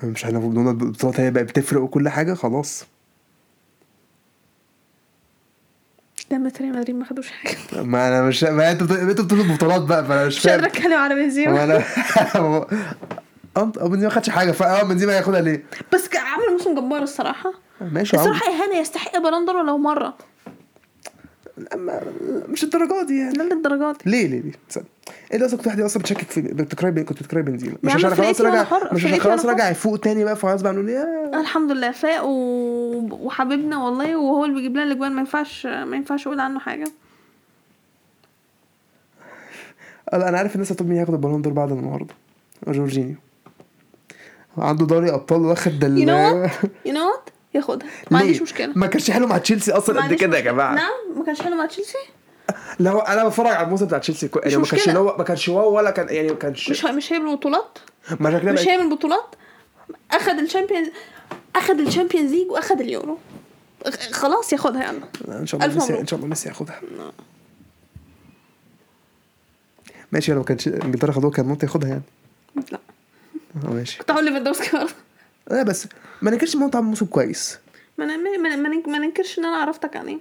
Speaker 2: مش احنا بنقول البطولات هي بقى بتفرق وكل حاجه خلاص
Speaker 1: لما ريال مدريد ما خدوش حاجه
Speaker 2: ما انا مش ما انت بت- انت بتقول البطولات بقى فانا مش
Speaker 1: مش قادره
Speaker 2: فاهم
Speaker 1: اتكلم على
Speaker 2: هو
Speaker 1: بنزيما
Speaker 2: انا هو- اه أه، بنزيما ما خدش حاجه فاه بنزيما هياخدها ليه؟
Speaker 1: بس كان عامل موسم جبار الصراحه
Speaker 2: ماشي يا عم
Speaker 1: الصراحه اهانه يستحق بلندر ولو مره
Speaker 2: أما- مش الدرجات دي يعني
Speaker 1: لا للدرجات دي
Speaker 2: ليه ليه ليه؟ استنى. انت اصلا كنت واحده اصلا بتشكك في بتكره بن- كنت بتكره بنزيما
Speaker 1: يا
Speaker 2: مش
Speaker 1: عم
Speaker 2: عشان خلاص
Speaker 1: فرقتي يعني وأنا
Speaker 2: رجع
Speaker 1: حر-
Speaker 2: مش عشان
Speaker 1: فرقتي
Speaker 2: خلاص
Speaker 1: وأنا
Speaker 2: رجع يفوق تاني بقى فخلاص بقى نقول ايه
Speaker 1: الحمد لله فاق و... وحبيبنا والله وهو اللي بيجيب لنا الاجوان ما ينفعش ما ينفعش اقول عنه حاجه
Speaker 2: آه، لا انا عارف الناس هتقول مين هياخد البالون دور بعد النهارده جورجينيو عنده دوري ابطال واخد ال
Speaker 1: يو نو وات يو نو وات ياخدها ما
Speaker 2: ليه؟
Speaker 1: عنديش مشكله
Speaker 2: ما كانش حلو مع تشيلسي
Speaker 1: ما
Speaker 2: اصلا قد
Speaker 1: عنديش
Speaker 2: كده يا
Speaker 1: مشكلة.
Speaker 2: جماعه
Speaker 1: نعم ما كانش حلو مع تشيلسي
Speaker 2: لا هو انا بتفرج على الموسم بتاع تشيلسي كو- يعني ما كانش
Speaker 1: مشكلة.
Speaker 2: اللي هو ما كانش واو ولا كان يعني ما كانش
Speaker 1: مش مش هي بالبطولات
Speaker 2: ما عشان كده
Speaker 1: مش
Speaker 2: بقى-
Speaker 1: هي من البطولات اخد الشامبيونز اخد الشامبيونز ليج واخد اليورو خ- خلاص ياخدها يلا
Speaker 2: لا، ان شاء الله
Speaker 1: ألف
Speaker 2: ميسي
Speaker 1: مبروك.
Speaker 2: ان شاء الله ميسي ياخدها ماشي لو ما كانش انجلترا خدوها كان ممكن ياخدها يعني
Speaker 1: لا
Speaker 2: اه ماشي
Speaker 1: كنت هقول ليفاندوفسكي برضه
Speaker 2: لا بس ما ننكرش ان هو عمل موسم كويس
Speaker 1: ما انا ما أنا- ما أنا- ما ننكرش ان انا عرفتك عن ايه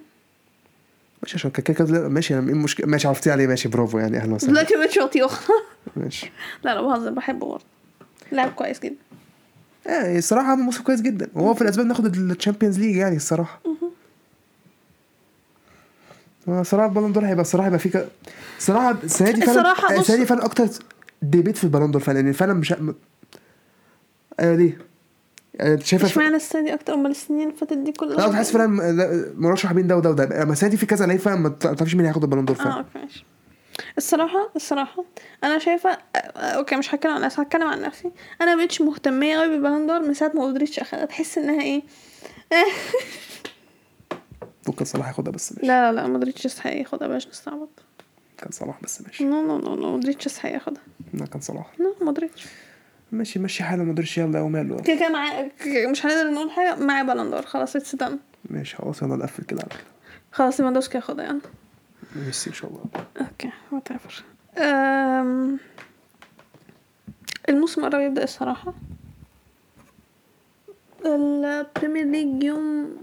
Speaker 2: ماشي عشان كده كده لا، ماشي انا ايه المشكله ماشي عرفتي عليه ماشي برافو يعني اهلا وسهلا
Speaker 1: دلوقتي بقيت شاطيه
Speaker 2: ماشي
Speaker 1: لا لا بهزر بحبه برضه لاعب كويس جدا
Speaker 2: اه الصراحه عمل موسم كويس جدا وهو في الاسباب ناخد الشامبيونز ليج يعني الصراحه آه، صراحه البالون دور هيبقى صراحه هيبقى في ك... صراحه السنه دي فعلا
Speaker 1: الصراحة بص-
Speaker 2: السنه دي فعلا اكتر ديبيت في البالون دور فعلا لان فعلا مش م... آه ليه؟ آه، شايفه
Speaker 1: اشمعنى السنه دي اكتر امال السنين اللي فاتت دي كلها
Speaker 2: لا تحس فعلا م- لا، مرشح بين ده وده وده اما السنه دي في كذا لعيب فعلا ما تعرفش مين هياخد البالون دور
Speaker 1: اه
Speaker 2: فعلا
Speaker 1: اوكي ماشي الصراحة الصراحة أنا شايفة آه، آه، أوكي مش هتكلم عن نفسي هتكلم عن نفسي أنا مبقتش مهتمية أوي بالبالون دور من ساعة ما أودريتش أخدها تحس إنها إيه
Speaker 2: ممكن صلاح ياخدها بس ماشي
Speaker 1: لا لا لا مودريتش يستحق ياخدها بلاش نستعبط
Speaker 2: كان صلاح بس ماشي
Speaker 1: نو نو نو نو مودريتش يستحق ياخدها
Speaker 2: لا كان صلاح
Speaker 1: نو مودريتش
Speaker 2: ماشي ماشي حاله ما ادريش يلا وماله
Speaker 1: كده كده معاه كده مش هنقدر نقول حاجة معاه بالون دور خلاص اتس دان
Speaker 2: ماشي خلاص يلا نقفل كده على كده
Speaker 1: خلاص ليفاندوفسكي ياخدها يعني
Speaker 2: ميسي ان شاء الله
Speaker 1: اوكي وات ايفر الموسم قرب يبدأ الصراحة البريمير ليج يوم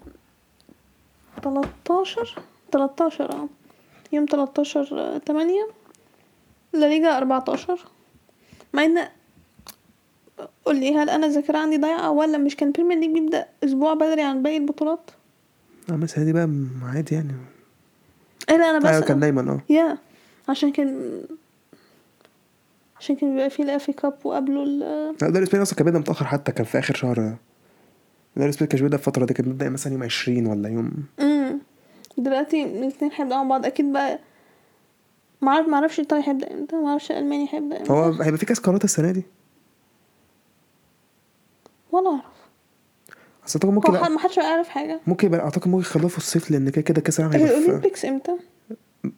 Speaker 1: 13 13 اه يوم 13 8 لا ليجا 14 مع ان قول لي هل انا الذاكرة عندي ضايعة ولا مش كان البريمير ليج بيبدأ اسبوع بدري عن باقي البطولات
Speaker 2: اه بس هي دي بقى م- عادي يعني
Speaker 1: ايه لا انا بس
Speaker 2: ايوه كان دايما اه
Speaker 1: يا عشان كان عشان كان بيبقى فيه الافي كاب وقبله ال
Speaker 2: لا، الدوري الاسباني اصلا كان بيبدا متاخر حتى كان في اخر شهر الدوري الاسباني كان بيبدا في الفتره دي كان بيبدا مثلا يوم 20 ولا يوم
Speaker 1: امم دلوقتي الاثنين هيبدأوا مع بعض اكيد بقى معرف معرفش ايطاليا هيبدأ امتى معرفش المانيا هيبدأ امتى
Speaker 2: هو هيبقى في كاس قارات السنه دي
Speaker 1: ولا اعرف
Speaker 2: اصل اعتقد ممكن
Speaker 1: هو ح-
Speaker 2: لا-
Speaker 1: ما حدش هيبقى يعرف حاجة
Speaker 2: ممكن يبقى اعتقد ممكن يخلوها في الصيف لان كده كده كاس العالم هيبقى في
Speaker 1: الاولمبيكس امتى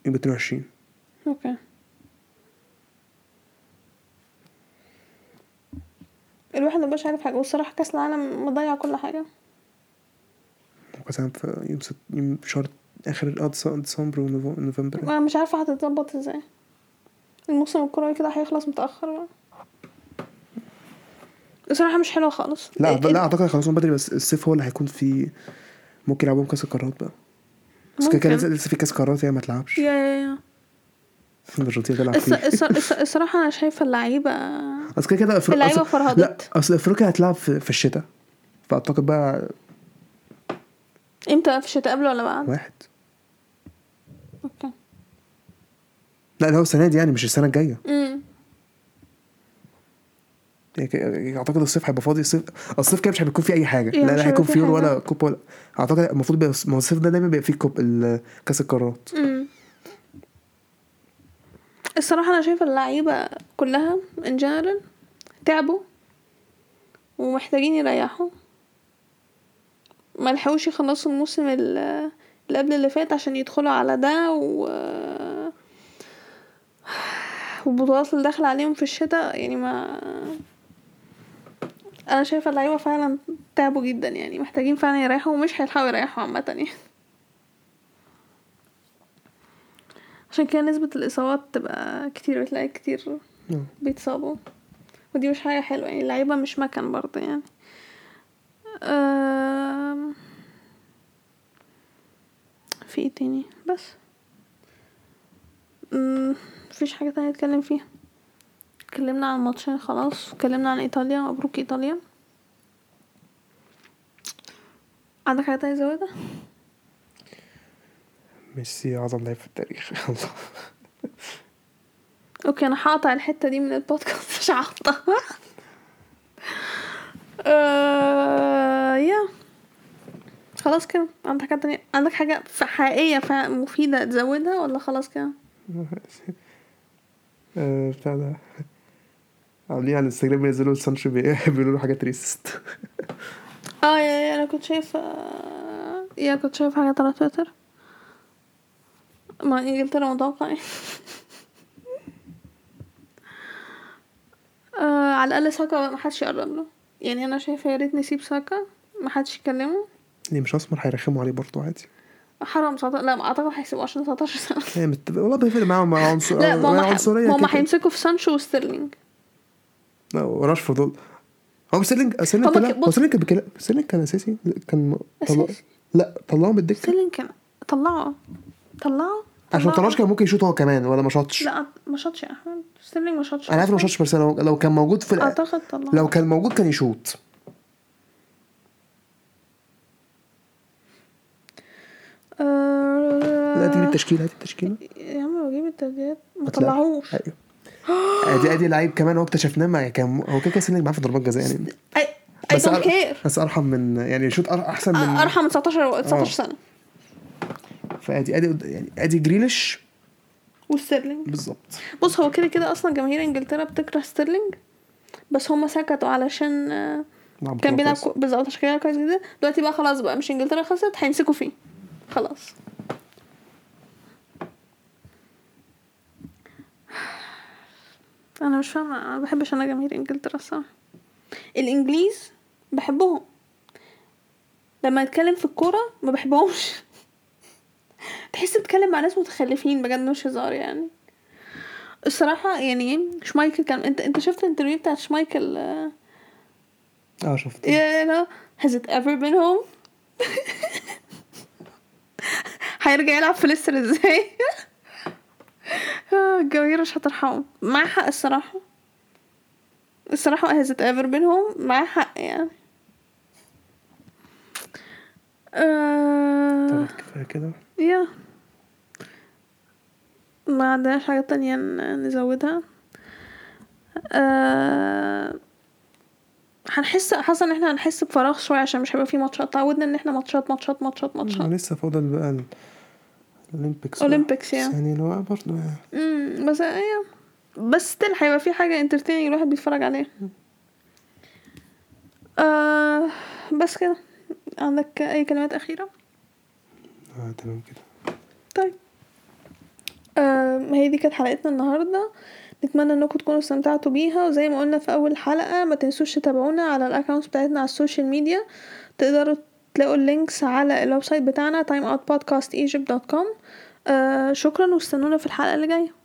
Speaker 2: يوم 22
Speaker 1: اوكي الواحد مبقاش عارف حاجة والصراحة كأس العالم مضيع كل حاجة
Speaker 2: وكاس العالم في يوم ست... يوم شهر اخر اه ديس- ديسمبر ونوف- ونوفمبر
Speaker 1: أنا مش عارفة هتتظبط ازاي الموسم الكروي كده هيخلص متأخر بقى بصراحة مش حلوة خالص
Speaker 2: لا
Speaker 1: إيه-
Speaker 2: لا اعتقد هيخلصوهم بدري بس الصيف هو اللي هيكون فيه ممكن يلعبوهم كاس القارات بقى بس كده كده
Speaker 1: ممكن.
Speaker 2: لسه لسه في كاس قارات يعني ما تلعبش
Speaker 1: يا يا يا
Speaker 2: الارجنتين تلعب
Speaker 1: الص-
Speaker 2: فيه
Speaker 1: الص- الص- الصراحة أنا شايفة اللعيبة
Speaker 2: اصل كده كده أفريقيا-
Speaker 1: اللعيبة
Speaker 2: أصل-
Speaker 1: فرهدت.
Speaker 2: لا اصل افريقيا هتلعب في, في الشتاء فاعتقد بقى
Speaker 1: امتى في الشتاء قبل ولا بعد؟
Speaker 2: واحد
Speaker 1: اوكي
Speaker 2: لا ده هو السنه دي يعني مش السنه الجايه
Speaker 1: امم
Speaker 2: يعني ك- اعتقد الصيف هيبقى فاضي الصيف الصيف كده مش هيكون فيه اي حاجه
Speaker 1: إيه،
Speaker 2: لا
Speaker 1: مش
Speaker 2: لا
Speaker 1: هيبقى
Speaker 2: هيكون
Speaker 1: فيه
Speaker 2: فيه يورو
Speaker 1: حاجة.
Speaker 2: ولا كوب ولا اعتقد المفروض بيبقى ما هو الصيف ده دايما بيبقى فيه كوب ال- كاس القارات
Speaker 1: امم الصراحة أنا شايفة اللعيبة كلها ان جنرال تعبوا ومحتاجين يريحوا ما لحقوش يخلصوا الموسم ال- اللي قبل اللي فات عشان يدخلوا على ده و والبطولات اللي داخلة عليهم في الشتاء يعني ما انا شايفة اللعيبة فعلا تعبوا جدا يعني محتاجين فعلا يريحوا ومش هيلحقوا يريحوا عامة يعني عشان كده نسبة الإصابات تبقى كتير بتلاقي كتير
Speaker 2: نعم.
Speaker 1: بيتصابوا ودي مش حاجة حلوة يعني اللعيبة مش مكان برضه يعني أم... في ايه تاني بس أم، مفيش حاجة تانية نتكلم فيها اتكلمنا عن ماتشين خلاص اتكلمنا عن ايطاليا مبروك ايطاليا عندك حاجة تانية زودها؟
Speaker 2: ميسي اعظم لاعب في التاريخ الله
Speaker 1: اوكي انا هقطع الحته دي من البودكاست مش هقطعها آه، يا خلاص كده عندك حاجه تانية عندك حاجه ف- حقيقيه ف- مفيده تزودها ولا خلاص كده
Speaker 2: آه، بتاع ده عاملين على الانستجرام بينزلوا سانشو بي- بيقولوا له حاجات ريسست
Speaker 1: اه يا يا انا كنت شايف آه، يا كنت شايف حاجه على تويتر ما انجلترا متوقع يعني. آه، على الاقل ساكا بقى محدش يقرب له يعني انا شايفه يا ريت نسيب ساكا محدش يكلمه
Speaker 2: ليه مش اسمر هيرخموا عليه برضه عادي
Speaker 1: حرام 19 لا ما اعتقد هيسيبوا عشان 19 سنه
Speaker 2: هي يعني مت... والله بيفرق معاهم مع عنصر
Speaker 1: لا ما
Speaker 2: مع
Speaker 1: هم
Speaker 2: عنصريه
Speaker 1: ما هم
Speaker 2: كده.
Speaker 1: هيمسكوا في سانشو وستيرلينج
Speaker 2: لا، وراشفورد دول هو ستيرلينج
Speaker 1: هما
Speaker 2: ستيرلينج
Speaker 1: ك-
Speaker 2: طلع- هو
Speaker 1: بص-
Speaker 2: ستيرلينج كان بكلا- ستيرلينج كان اساسي كان م- طلع...
Speaker 1: أساسي.
Speaker 2: لا طلعه من الدكه
Speaker 1: ستيرلينج كان طلعه طلعه
Speaker 2: عشان ما
Speaker 1: طلعه.
Speaker 2: طلعش كان ممكن يشوط هو كمان ولا ما شاطش
Speaker 1: لا ما شاطش يا احمد ستيرلينج ما شاطش
Speaker 2: انا عارف إنه ما شاطش بس لو لو كان موجود في الأ-
Speaker 1: اعتقد طلعه
Speaker 2: لو كان موجود كان يشوط
Speaker 1: آه...
Speaker 2: لا دي التشكيله هاتي التشكيله
Speaker 1: يا عم لو جيب التبديلات ما
Speaker 2: هتلاقي.
Speaker 1: طلعوش
Speaker 2: ايوه ادي ادي لعيب كمان هو اكتشفناه مع كان هو كده كده ستيرلينج معاه في ضربات جزاء يعني
Speaker 1: اي اي
Speaker 2: بس
Speaker 1: دونت
Speaker 2: أر-
Speaker 1: كير
Speaker 2: بس ارحم من يعني شوت أر- احسن من
Speaker 1: ارحم من 19 19
Speaker 2: آه.
Speaker 1: سنه
Speaker 2: فادي ادي قد- يعني ادي جريليش
Speaker 1: وستيرلينج
Speaker 2: بالظبط
Speaker 1: بص هو كده كده اصلا جماهير انجلترا بتكره ستيرلينج بس هم سكتوا علشان آه...
Speaker 2: نعم،
Speaker 1: كان بيلعب
Speaker 2: كويس.
Speaker 1: كو- بالظبط عشان كده بيلعب كويس جدا دلوقتي بقى خلاص بقى مش انجلترا خسرت هيمسكوا فيه خلاص انا مش فاهمه انا ما بحبش انا جماهير انجلترا الصراحه الانجليز بحبهم لما اتكلم في الكوره ما بحبهمش تحس بتكلم مع ناس متخلفين بجد مش هزار يعني الصراحه يعني شمايكل كان انت انت شفت الانترفيو بتاعت شمايكل آه،
Speaker 2: اه شفت
Speaker 1: Yeah, you know. Has it ever been home? هيرجع يلعب في ليستر ازاي؟ آه، الجماهير مش هترحمه مع حق الصراحة الصراحة has it ever been home مع حق يعني آه،
Speaker 2: طب كفايه كده
Speaker 1: يا ما عندناش حاجة تانية ن- نزودها أه... هنحس حاسة ان احنا هنحس بفراغ شوية عشان مش هيبقى في ماتشات تعودنا ان احنا ماتشات ماتشات ماتشات
Speaker 2: أنا
Speaker 1: ماتشات
Speaker 2: لسه فاضل بقى ال- الاولمبيكس
Speaker 1: أولمبيكس،
Speaker 2: بقى.
Speaker 1: يا.
Speaker 2: بس يعني لو برضه يعني
Speaker 1: امم بس ايه بس still هيبقى في حاجة انترتيننج الواحد بيتفرج عليها أه... بس كده عندك اي كلمات اخيرة؟
Speaker 2: اه تمام كده
Speaker 1: طيب آه هي دي كانت حلقتنا النهاردة نتمنى انكم تكونوا استمتعتوا بيها وزي ما قلنا في اول حلقة ما تنسوش تتابعونا على الاكونتس بتاعتنا على السوشيال ميديا تقدروا تلاقوا اللينكس على الويب سايت بتاعنا timeoutpodcastegypt.com آه شكرا واستنونا في الحلقة اللي جاية